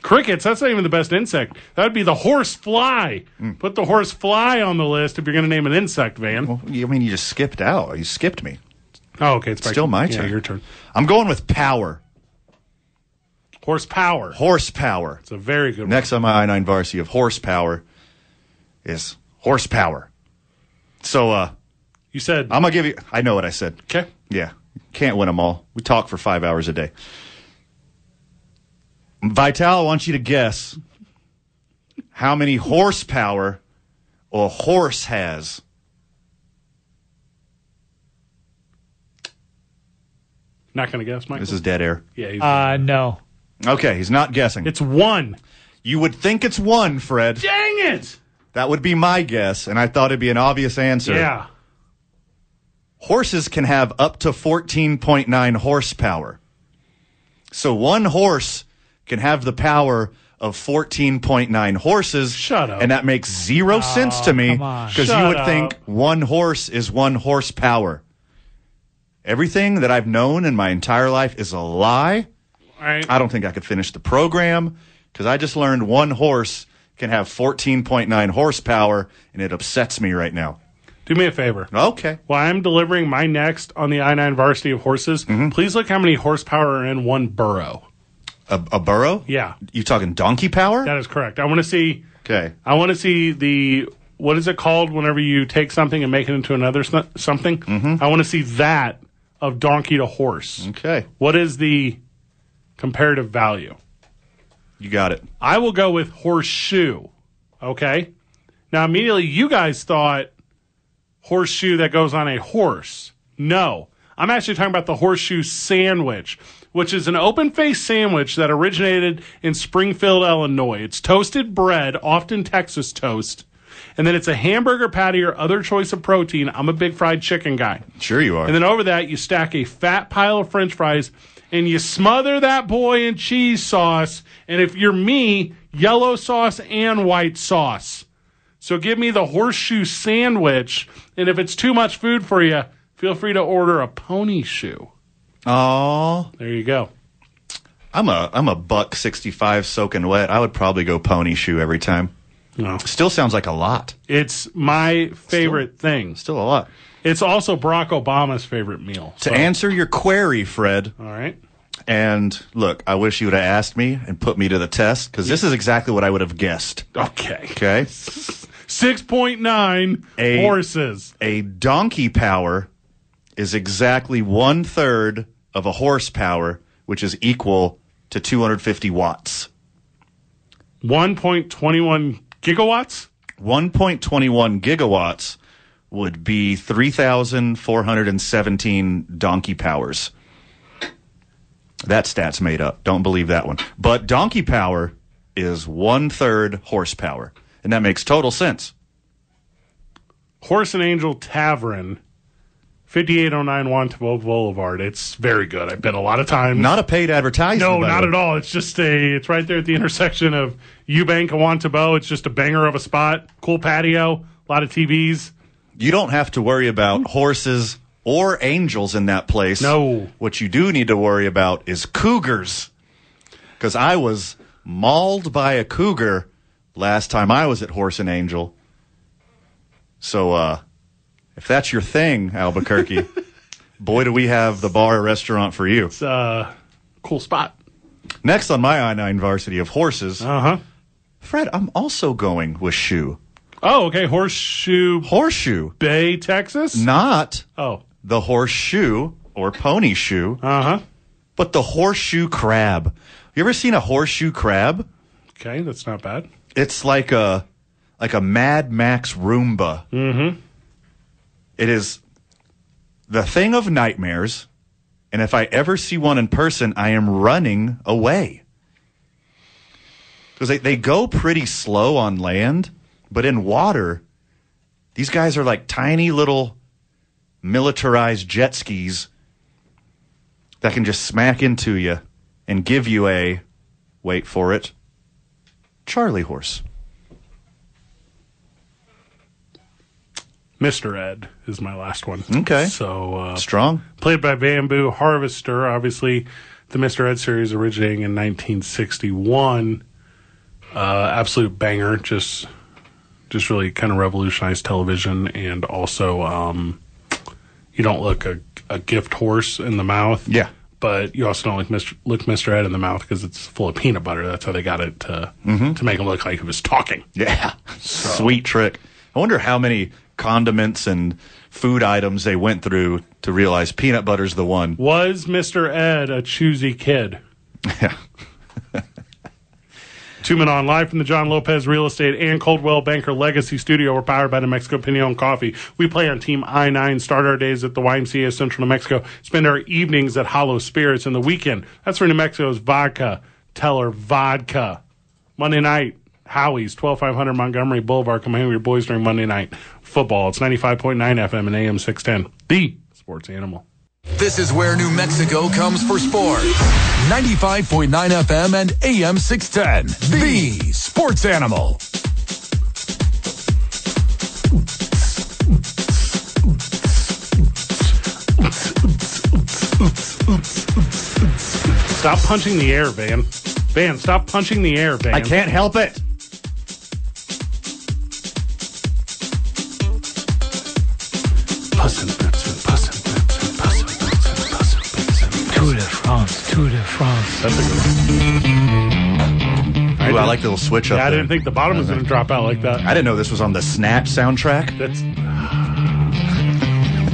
Speaker 1: Crickets, that's not even the best insect. That would be the horse fly.
Speaker 2: Hmm.
Speaker 1: Put the horse fly on the list if you're going to name an insect, Van.
Speaker 2: Well, you- I mean, you just skipped out. You skipped me.
Speaker 1: oh, okay. It's back-
Speaker 2: Still my
Speaker 1: yeah,
Speaker 2: turn.
Speaker 1: your turn.
Speaker 2: I'm going with power,
Speaker 1: Horsepower.
Speaker 2: horsepower.
Speaker 1: It's a very good one.
Speaker 2: Next on my I nine varsity of horsepower is horsepower. So uh,
Speaker 1: You said,
Speaker 2: I'm gonna give you. I know what I said.
Speaker 1: okay.
Speaker 2: Yeah, can't win them all. We talk for five hours a day. Vital, I want you to guess how many horsepower a horse has.
Speaker 1: Not going to guess, Mike.
Speaker 2: This is dead air.
Speaker 1: yeah, he's-
Speaker 3: Uh, no.
Speaker 2: Okay, he's not guessing.
Speaker 1: it's one.
Speaker 2: you would think it's one, Fred.
Speaker 1: Dang it.
Speaker 2: That would be my guess, and I thought it'd be an obvious answer.
Speaker 1: Yeah.
Speaker 2: Horses can have up to 14.9 horsepower. So one horse can have the power of 14.9 horses.
Speaker 1: Shut up. Oh,
Speaker 2: And that makes zero sense to me
Speaker 3: come on.
Speaker 2: because you
Speaker 1: Shut
Speaker 2: would
Speaker 1: up.
Speaker 2: think one horse is one horsepower. Everything that I've known in my entire life is a lie.
Speaker 1: All right.
Speaker 2: I don't think I could finish the program because I just learned one horse can have 14.9 horsepower, and it upsets me right now.
Speaker 1: Do me a favor.
Speaker 2: Okay.
Speaker 1: While I'm delivering my next on the I 9 varsity of horses,
Speaker 2: Mm-hmm.
Speaker 1: please look how many horsepower are in one burrow.
Speaker 2: A, a burrow?
Speaker 1: Yeah.
Speaker 2: You talking donkey power?
Speaker 1: That is correct. I want to see.
Speaker 2: okay.
Speaker 1: I want to see the what is it called whenever you take something and make it into another sn- something. I want to see that of donkey to horse.
Speaker 2: Okay.
Speaker 1: What is the comparative value?
Speaker 2: You got it.
Speaker 1: I will go with horseshoe. Okay. Now immediately you guys thought horseshoe that goes on a horse. No. I'm actually talking about the horseshoe sandwich, which is an open faced sandwich that originated in Springfield, Illinois. It's toasted bread, often Texas toast. And then it's a hamburger patty or other choice of protein. I'm a big fried chicken guy.
Speaker 2: Sure you are.
Speaker 1: And then over that, you stack a fat pile of french fries and you smother that boy in cheese sauce. And if you're me, yellow sauce and white sauce. So give me the horseshoe sandwich. And if it's too much food for you, feel free to order a pony shoe.
Speaker 2: Aw.
Speaker 1: There you go.
Speaker 2: I'm a I'm a buck sixty five soaking wet. I would probably go pony shoe every time.
Speaker 1: No.
Speaker 2: Still sounds like a lot.
Speaker 1: It's my favorite thing.
Speaker 2: Still a lot.
Speaker 1: It's also Barack Obama's favorite meal.
Speaker 2: To
Speaker 1: So-
Speaker 2: answer your query, Fred,
Speaker 1: All right.
Speaker 2: and look, I wish you would have asked me and put me to the test because this is exactly what I would have guessed.
Speaker 1: Okay.
Speaker 2: Okay.
Speaker 1: 6.9
Speaker 2: A-
Speaker 1: horses.
Speaker 2: a donkey power is exactly one third of a horsepower, which is equal to 250 watts.
Speaker 1: 1.21 gigawatts.
Speaker 2: 1.21 gigawatts would be 3,417 donkey powers. That stat's made up. Don't believe that one. But donkey power is one third horsepower, and that makes total sense.
Speaker 1: Horse and Angel Tavern, 5809 Wantabo Boulevard. It's very good. I've been a lot of times.
Speaker 2: Not a paid advertisement.
Speaker 1: no,
Speaker 2: by the
Speaker 1: not
Speaker 2: way.
Speaker 1: at all. It's just a, it's right there at the intersection of Eubank and Wantabo. It's just a banger of a spot. Cool patio, a lot of TVs.
Speaker 2: You don't have to worry about horses or angels in that place.
Speaker 1: Hmm. No.
Speaker 2: What you do need to worry about is cougars. because I was mauled by a cougar last time I was at Horse and Angel. So uh, if that's your thing, Albuquerque, boy, do we have the bar or restaurant for you.
Speaker 1: It's a cool spot.
Speaker 2: Next on my I 9 varsity of horses,
Speaker 1: Uh huh.
Speaker 2: Fred, I'm also going with Shoe.
Speaker 1: Oh, okay. Horseshoe
Speaker 2: Horseshoe,
Speaker 1: Bay, Texas.
Speaker 2: not
Speaker 1: Oh.
Speaker 2: the horseshoe or pony shoe,
Speaker 1: Uh huh.
Speaker 2: but the horseshoe crab. You ever seen a horseshoe crab?
Speaker 1: Okay, that's not bad.
Speaker 2: It's like a like a Mad Max Roomba. Mm-hmm. is the thing of nightmares, and if I ever see one in person, I am running away because they, they go pretty slow on land, but in water, these guys are like tiny little militarized jet skis that can just smack into you and give you a wait for it Charlie horse.
Speaker 1: Mr. Ed is my last one.
Speaker 2: Okay.
Speaker 1: So uh,
Speaker 2: Strong.
Speaker 1: played by Bamboo Harvester, obviously the Mr. Ed series originating in 1961. Uh, absolute banger, just just really kind of revolutionized television, and also um, you don't look a, a gift horse in the mouth,
Speaker 2: Yeah.
Speaker 1: but you also don't look Mr. look Mr. Ed in the mouth because it's full of peanut butter. That's how they got it to to make him look like he was talking.
Speaker 2: Yeah. Sweet trick. I wonder how many condiments and food items they went through to realize peanut butter's the one.
Speaker 1: Was Mr. Ed a choosy kid?
Speaker 2: Yeah.
Speaker 1: Two men on live from the John Lopez Real Estate and Coldwell Banker Legacy Studio. We're powered by New Mexico Pinon Coffee. We play on Team I 9, start our days at the YMCA of Central New Mexico, spend our evenings at Hollow Spirits, and the weekend, that's for New Mexico's vodka, Teller Vodka. Monday night, Howie's, 12500 Montgomery Boulevard. Come hang with your boys during Monday night football. It's 95.9 FM and AM 610. The sports animal.
Speaker 4: This is where New Mexico comes for sports. 95.9 FM and AM 610. The Sports Animal.
Speaker 1: Stop punching the air, Van. Van, stop punching the air, Van.
Speaker 2: I can't help it.
Speaker 1: Puss in Boots and Puss in Boots and Puss in Boots and Puss in Boots and
Speaker 3: Tour de France, Tour de France.
Speaker 1: That's a good one.
Speaker 2: Ooh, I
Speaker 1: didn't-
Speaker 2: like the little switch up.
Speaker 1: Yeah, I
Speaker 2: there.
Speaker 1: didn't think the bottom was going to drop out like that.
Speaker 2: I didn't know this was on the Snap soundtrack.
Speaker 1: That's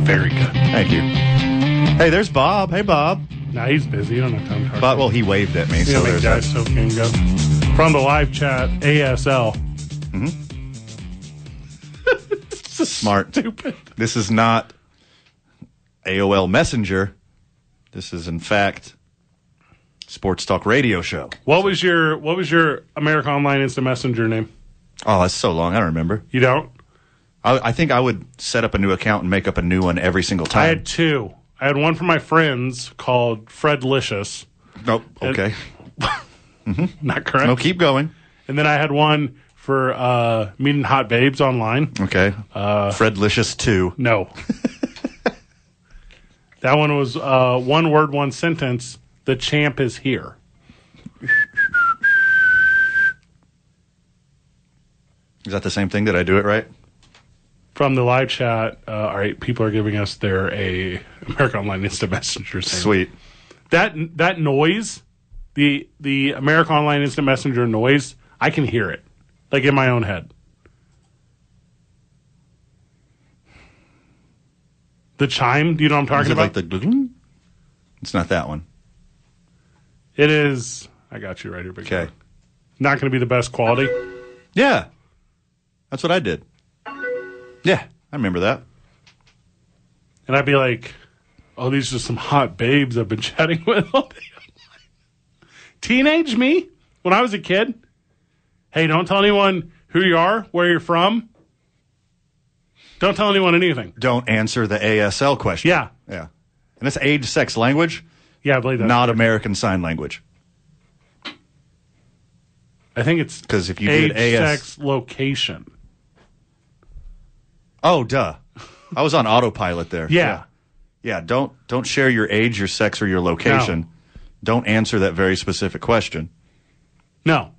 Speaker 1: very good.
Speaker 2: Thank you. Hey, there's Bob. Hey, Bob.
Speaker 1: Now he's busy. You don't have time to talk.
Speaker 2: Bob. Well, he waved at me,
Speaker 1: You
Speaker 2: so
Speaker 1: know, make
Speaker 2: there's
Speaker 1: guys
Speaker 2: that.
Speaker 1: so can go. From the live chat, ASL.
Speaker 2: Smart.
Speaker 1: Stupid.
Speaker 2: This is not AOL Messenger. This is, in fact, Sports Talk Radio Show.
Speaker 1: What was your What was your America Online Instant Messenger name?
Speaker 2: Oh, that's so long. I don't remember.
Speaker 1: You don't?
Speaker 2: I, I think I would set up a new account and make up a new one every single
Speaker 1: I
Speaker 2: time.
Speaker 1: had two. I had one for my friends called Fred Licious.
Speaker 2: nope.
Speaker 1: uh,
Speaker 2: Okay.
Speaker 1: Not correct.
Speaker 2: No, keep going.
Speaker 1: And then I had one for uh, meeting hot babes online.
Speaker 2: Okay. Uh, Fredlicious two.
Speaker 1: No. that one was uh, one word, one sentence. The champ is here.
Speaker 2: Is that the same thing? Did I do it right?
Speaker 1: From the live chat, uh, all right, people are giving us their a America Online Instant Messenger. Thing.
Speaker 2: Sweet.
Speaker 1: That that noise, the the America Online Instant Messenger noise, I can hear it, like in my own head. The chime. Do you know what I'm
Speaker 2: Is
Speaker 1: talking
Speaker 2: it
Speaker 1: about?
Speaker 2: like the? gling? It's not that one.
Speaker 1: it is. I got you right here. big
Speaker 2: Okay.
Speaker 1: guy. Not going to be the best quality.
Speaker 2: Yeah. That's what I did. Yeah, I remember that.
Speaker 1: And I'd be like, oh, these are some hot babes I've been chatting with all day. Teenage me, when I was a kid, hey, don't tell anyone who you are, where you're from. Don't tell anyone anything.
Speaker 2: Don't answer the ASL question.
Speaker 1: Yeah.
Speaker 2: Yeah. And it's age, sex, language,
Speaker 1: Yeah, I believe that.
Speaker 2: not American Sign Language.
Speaker 1: I think it's
Speaker 2: 'Cause if you
Speaker 1: age,
Speaker 2: did AS
Speaker 1: sex, location.
Speaker 2: Oh, duh. I was on autopilot there.
Speaker 1: Yeah.
Speaker 2: Yeah, don't don't share your age, your sex, or your location. Don't answer that very specific question.
Speaker 1: No.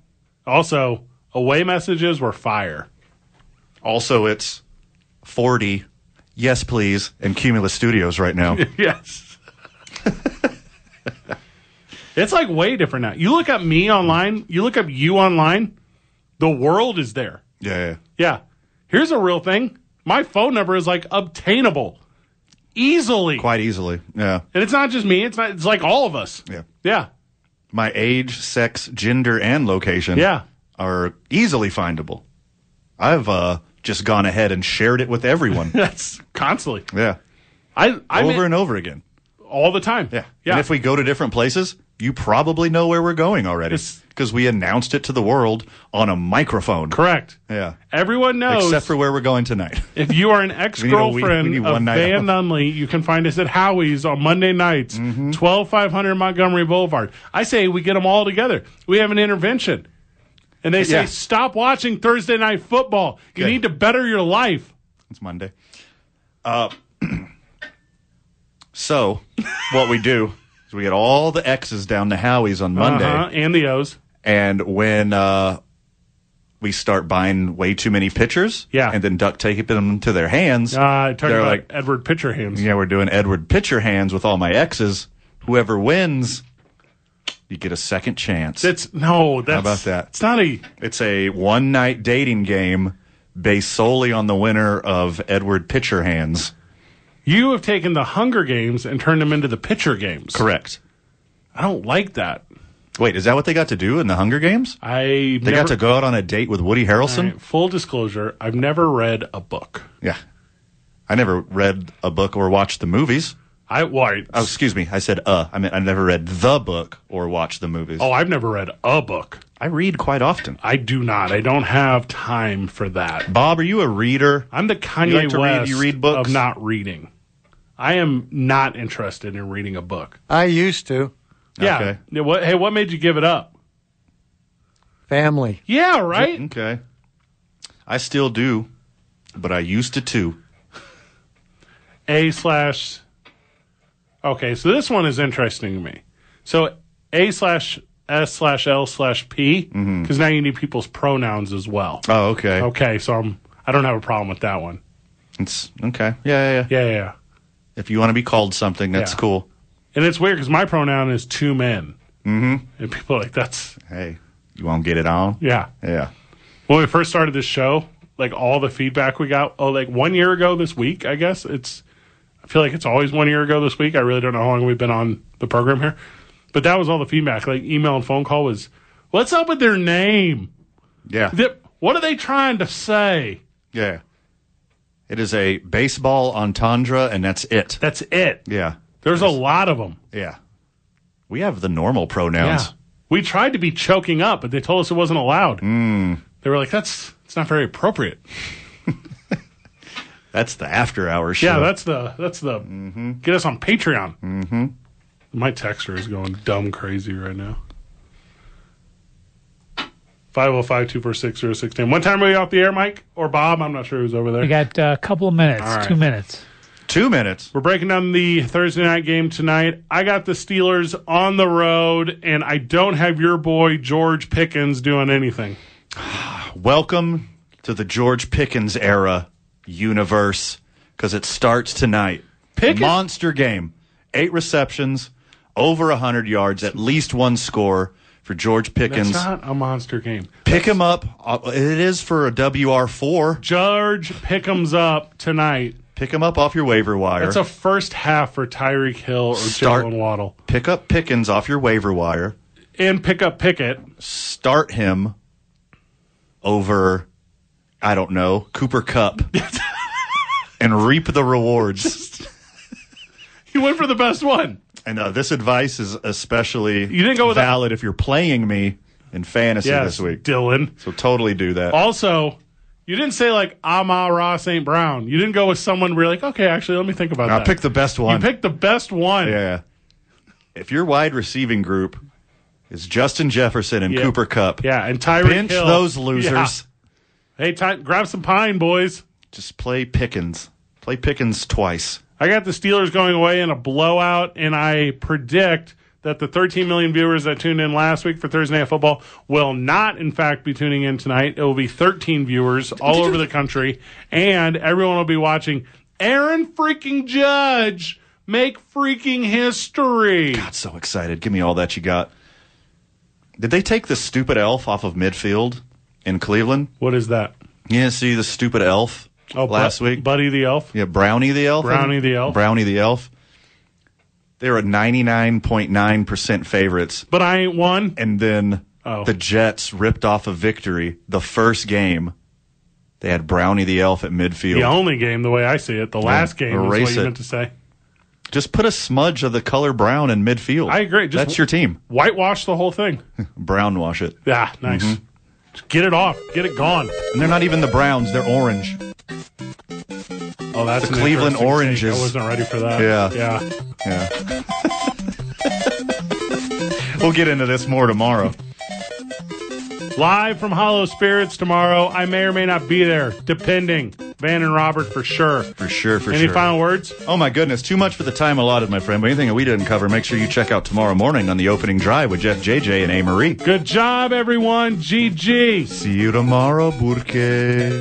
Speaker 1: Also, away messages were fire.
Speaker 2: Also, it's 40, yes, please, and Cumulus Studios right now.
Speaker 1: Yes. it's like way different now. You look up me online, you look up you online, the world is there.
Speaker 2: yeah.
Speaker 1: Yeah. Here's a real thing. My phone number is like obtainable easily.
Speaker 2: Quite easily. Yeah.
Speaker 1: And it's not just me, it's not it's like all of us.
Speaker 2: Yeah.
Speaker 1: Yeah.
Speaker 2: My age, sex, gender, and location
Speaker 1: Yeah.
Speaker 2: are easily findable. I've uh, just gone ahead and shared it with everyone.
Speaker 1: That's constantly.
Speaker 2: yeah.
Speaker 1: I I'm
Speaker 2: over
Speaker 1: in-
Speaker 2: and over again.
Speaker 1: all the time.
Speaker 2: Yeah.
Speaker 1: Yeah.
Speaker 2: And if we go to different places, you probably know where we're going already
Speaker 1: It's-
Speaker 2: because we announced it to the world on a microphone.
Speaker 1: correct.
Speaker 2: Yeah.
Speaker 1: Everyone knows
Speaker 2: Except for where we're going tonight.
Speaker 1: If you are an ex girlfriend
Speaker 2: we need
Speaker 1: of
Speaker 2: one night
Speaker 1: Van
Speaker 2: off. Mm-hmm.
Speaker 1: Nunley, you can find us at Howie's on Monday nights, twelve five hundred Montgomery Boulevard. I say we get them all together. We have an intervention, and they say
Speaker 2: Yeah.
Speaker 1: stop watching Thursday night football. You
Speaker 2: Good.
Speaker 1: need to better your life.
Speaker 2: It's Monday. Uh, so, what we do is we get all the X's down to Howie's on Monday,
Speaker 1: Uh-huh, and the O's.
Speaker 2: and when uh, we start buying way too many pitchers,
Speaker 1: Yeah.
Speaker 2: and then duct taping them to their hands,
Speaker 1: Uh, talking
Speaker 2: they're
Speaker 1: about
Speaker 2: like,
Speaker 1: Edward Pitcher hands.
Speaker 2: "Yeah, we're doing Edward pitcher hands with all my X's. Whoever wins, you get a second chance."
Speaker 1: That's no. That's,
Speaker 2: about that?
Speaker 1: It's not a.
Speaker 2: It's a one night dating game based solely on the winner of Edward Pitcher Hands.
Speaker 1: You have taken the Hunger Games and turned them into the Pitcher Games.
Speaker 2: Correct.
Speaker 1: I don't like that.
Speaker 2: Wait, is that what they got to do in the Hunger Games?
Speaker 1: I
Speaker 2: They got to go out on a date with Woody Harrelson?
Speaker 1: Full disclosure: I've never read a book.
Speaker 2: Yeah. I never read a book or watched the movies.
Speaker 1: I well, I-
Speaker 2: Oh, excuse me. I said uh. I mean, I never read the book or watched the movies.
Speaker 1: Oh, I've never read a book.
Speaker 2: I read quite often.
Speaker 1: I do not. I don't have time for that.
Speaker 2: Bob, are you a reader?
Speaker 1: I'm the Kanye
Speaker 2: You like to read-
Speaker 1: West
Speaker 2: you read books?
Speaker 1: of not reading. I am not interested in reading a book.
Speaker 7: I used to.
Speaker 1: Yeah.
Speaker 2: Okay.
Speaker 1: Yeah, What, hey, what made you give it up?
Speaker 7: Family.
Speaker 1: Yeah, right.
Speaker 2: Okay. I still do, but I used to too. Mm-hmm.
Speaker 1: A slash. Okay, so this one is interesting to me. So A slash S slash L slash P because
Speaker 2: Mm-hmm.
Speaker 1: now you need people's pronouns as well.
Speaker 2: Oh, okay.
Speaker 1: Okay, so I'm. I don't have a problem with that one.
Speaker 2: It's okay. Yeah, yeah, yeah.
Speaker 1: Yeah, yeah. yeah.
Speaker 2: If you want to be called something, that's
Speaker 1: Yeah.
Speaker 2: cool.
Speaker 1: And it's weird because my pronoun is two men. Mm-hmm. And people are like, that's,
Speaker 2: Hey, you won't get it on?
Speaker 1: yeah.
Speaker 2: Yeah.
Speaker 1: When we first started this show, like all the feedback we got, oh, like one year ago this week, I guess. It's, I feel like it's always one year ago this week. I really don't know how long we've been on the program here. But that was all the feedback. Like email and phone call was, what's up with their name?
Speaker 2: Yeah.
Speaker 1: That- what are they trying to say?
Speaker 2: Yeah. It is a baseball entendre, and that's it.
Speaker 1: That's it.
Speaker 2: Yeah.
Speaker 1: There's a lot of them.
Speaker 2: Yeah. We have the normal pronouns.
Speaker 1: We tried to be choking up, but they told us it wasn't allowed. They were like, that's, it's not very appropriate.
Speaker 2: That's the after hour show.
Speaker 1: Yeah, that's the that's the get us on Patreon. Mm-hmm. My texter is going dumb crazy right now. 505-246-0610. What time are we off the air, Mike? Or Bob? I'm not sure who's over there.
Speaker 3: We got uh, a couple of minutes,
Speaker 1: right.
Speaker 3: two minutes.
Speaker 2: two minutes.
Speaker 1: We're breaking down the Thursday night game tonight. I got the Steelers on the road, and I don't have your boy George Pickens doing anything.
Speaker 2: Welcome to the George Pickens era universe because it starts tonight.
Speaker 1: Pickens-
Speaker 2: Monster game. Eight receptions, over 100 yards, at least one score for George
Speaker 1: It's
Speaker 2: Pickens.
Speaker 1: not a monster game.
Speaker 2: Pick him up. Uh, It is for a WR4.
Speaker 1: George Pickens up tonight.
Speaker 2: Pick him up off your waiver wire.
Speaker 1: That's a first half for Tyreek Hill or
Speaker 2: Start-
Speaker 1: Jalen Waddle.
Speaker 2: Pick up Pickens off your waiver wire.
Speaker 1: and pick up Pickett.
Speaker 2: start him over, I don't know, Cooper Cup and reap the rewards.
Speaker 1: He went for the best one.
Speaker 2: And uh, this advice is especially
Speaker 1: You didn't go with that-
Speaker 2: valid if you're playing me in fantasy
Speaker 1: Yes,
Speaker 2: this week.
Speaker 1: Dylan.
Speaker 2: So totally do that.
Speaker 1: Also, you didn't say like Ama Ra St. Brown. You didn't go with someone where you're like, okay, actually, let me think about
Speaker 2: I
Speaker 1: that.
Speaker 2: pick the best
Speaker 1: you
Speaker 2: one.
Speaker 1: picked the best one.
Speaker 2: yeah. If your wide receiving group is Justin Jefferson and
Speaker 1: Yeah.
Speaker 2: Cooper Cup,
Speaker 1: Yeah, and Tyreek
Speaker 2: bench
Speaker 1: Hill.
Speaker 2: those losers.
Speaker 1: Yeah. Hey, Ty- grab some pine, boys.
Speaker 2: Just play Pickens. Play Pickens twice.
Speaker 1: I got the Steelers going away in a blowout, and I predict that the 13 million viewers that tuned in last week for Thursday Night Football will not, in fact, be tuning in tonight. It will be 13 viewers all over the country, and everyone will be watching Aaron freaking Judge make freaking history.
Speaker 2: I'm so excited. Give me all that you got. Did they take the stupid elf off of midfield in Cleveland?
Speaker 1: What is that?
Speaker 2: Yeah, see the stupid elf last
Speaker 1: Bu-
Speaker 2: week?
Speaker 1: Buddy the Elf.
Speaker 2: yeah, Brownie the elf. I
Speaker 1: Oh, Brownie
Speaker 2: think?
Speaker 1: the elf.
Speaker 2: Brownie the elf. They were 99.9% favorites.
Speaker 1: But I ain't one.
Speaker 2: And then
Speaker 1: Oh.
Speaker 2: the Jets ripped off a victory the first game. They had Brownie the elf at midfield.
Speaker 1: The only game, the way I see it, the last game is what
Speaker 2: erase
Speaker 1: you
Speaker 2: it.
Speaker 1: meant to say.
Speaker 2: Just put a smudge of the color brown in midfield.
Speaker 1: I agree. Just
Speaker 2: That's your team.
Speaker 1: Whitewash the whole thing.
Speaker 2: Brown wash it.
Speaker 1: Yeah, nice.
Speaker 2: Mm-hmm.
Speaker 1: Just get it off. Get it gone.
Speaker 2: And they're not even the Browns, they're orange.
Speaker 1: Oh, that's
Speaker 2: The
Speaker 1: an
Speaker 2: Cleveland
Speaker 1: interesting take.
Speaker 2: Oranges.
Speaker 1: I wasn't ready for that.
Speaker 2: Yeah.
Speaker 1: yeah.
Speaker 2: Yeah. we'll get into this more tomorrow.
Speaker 1: Live from Hollow Spirits tomorrow. I may or may not be there, depending. Van and Robert for sure.
Speaker 2: For sure, for
Speaker 1: Any
Speaker 2: sure.
Speaker 1: final words?
Speaker 2: oh my goodness, too much for the time allotted, my friend. But anything that we didn't cover, make sure you check out tomorrow morning on the opening drive with Jeff JJ and A Marie.
Speaker 1: Good job, everyone. GG.
Speaker 2: See you tomorrow, Burke.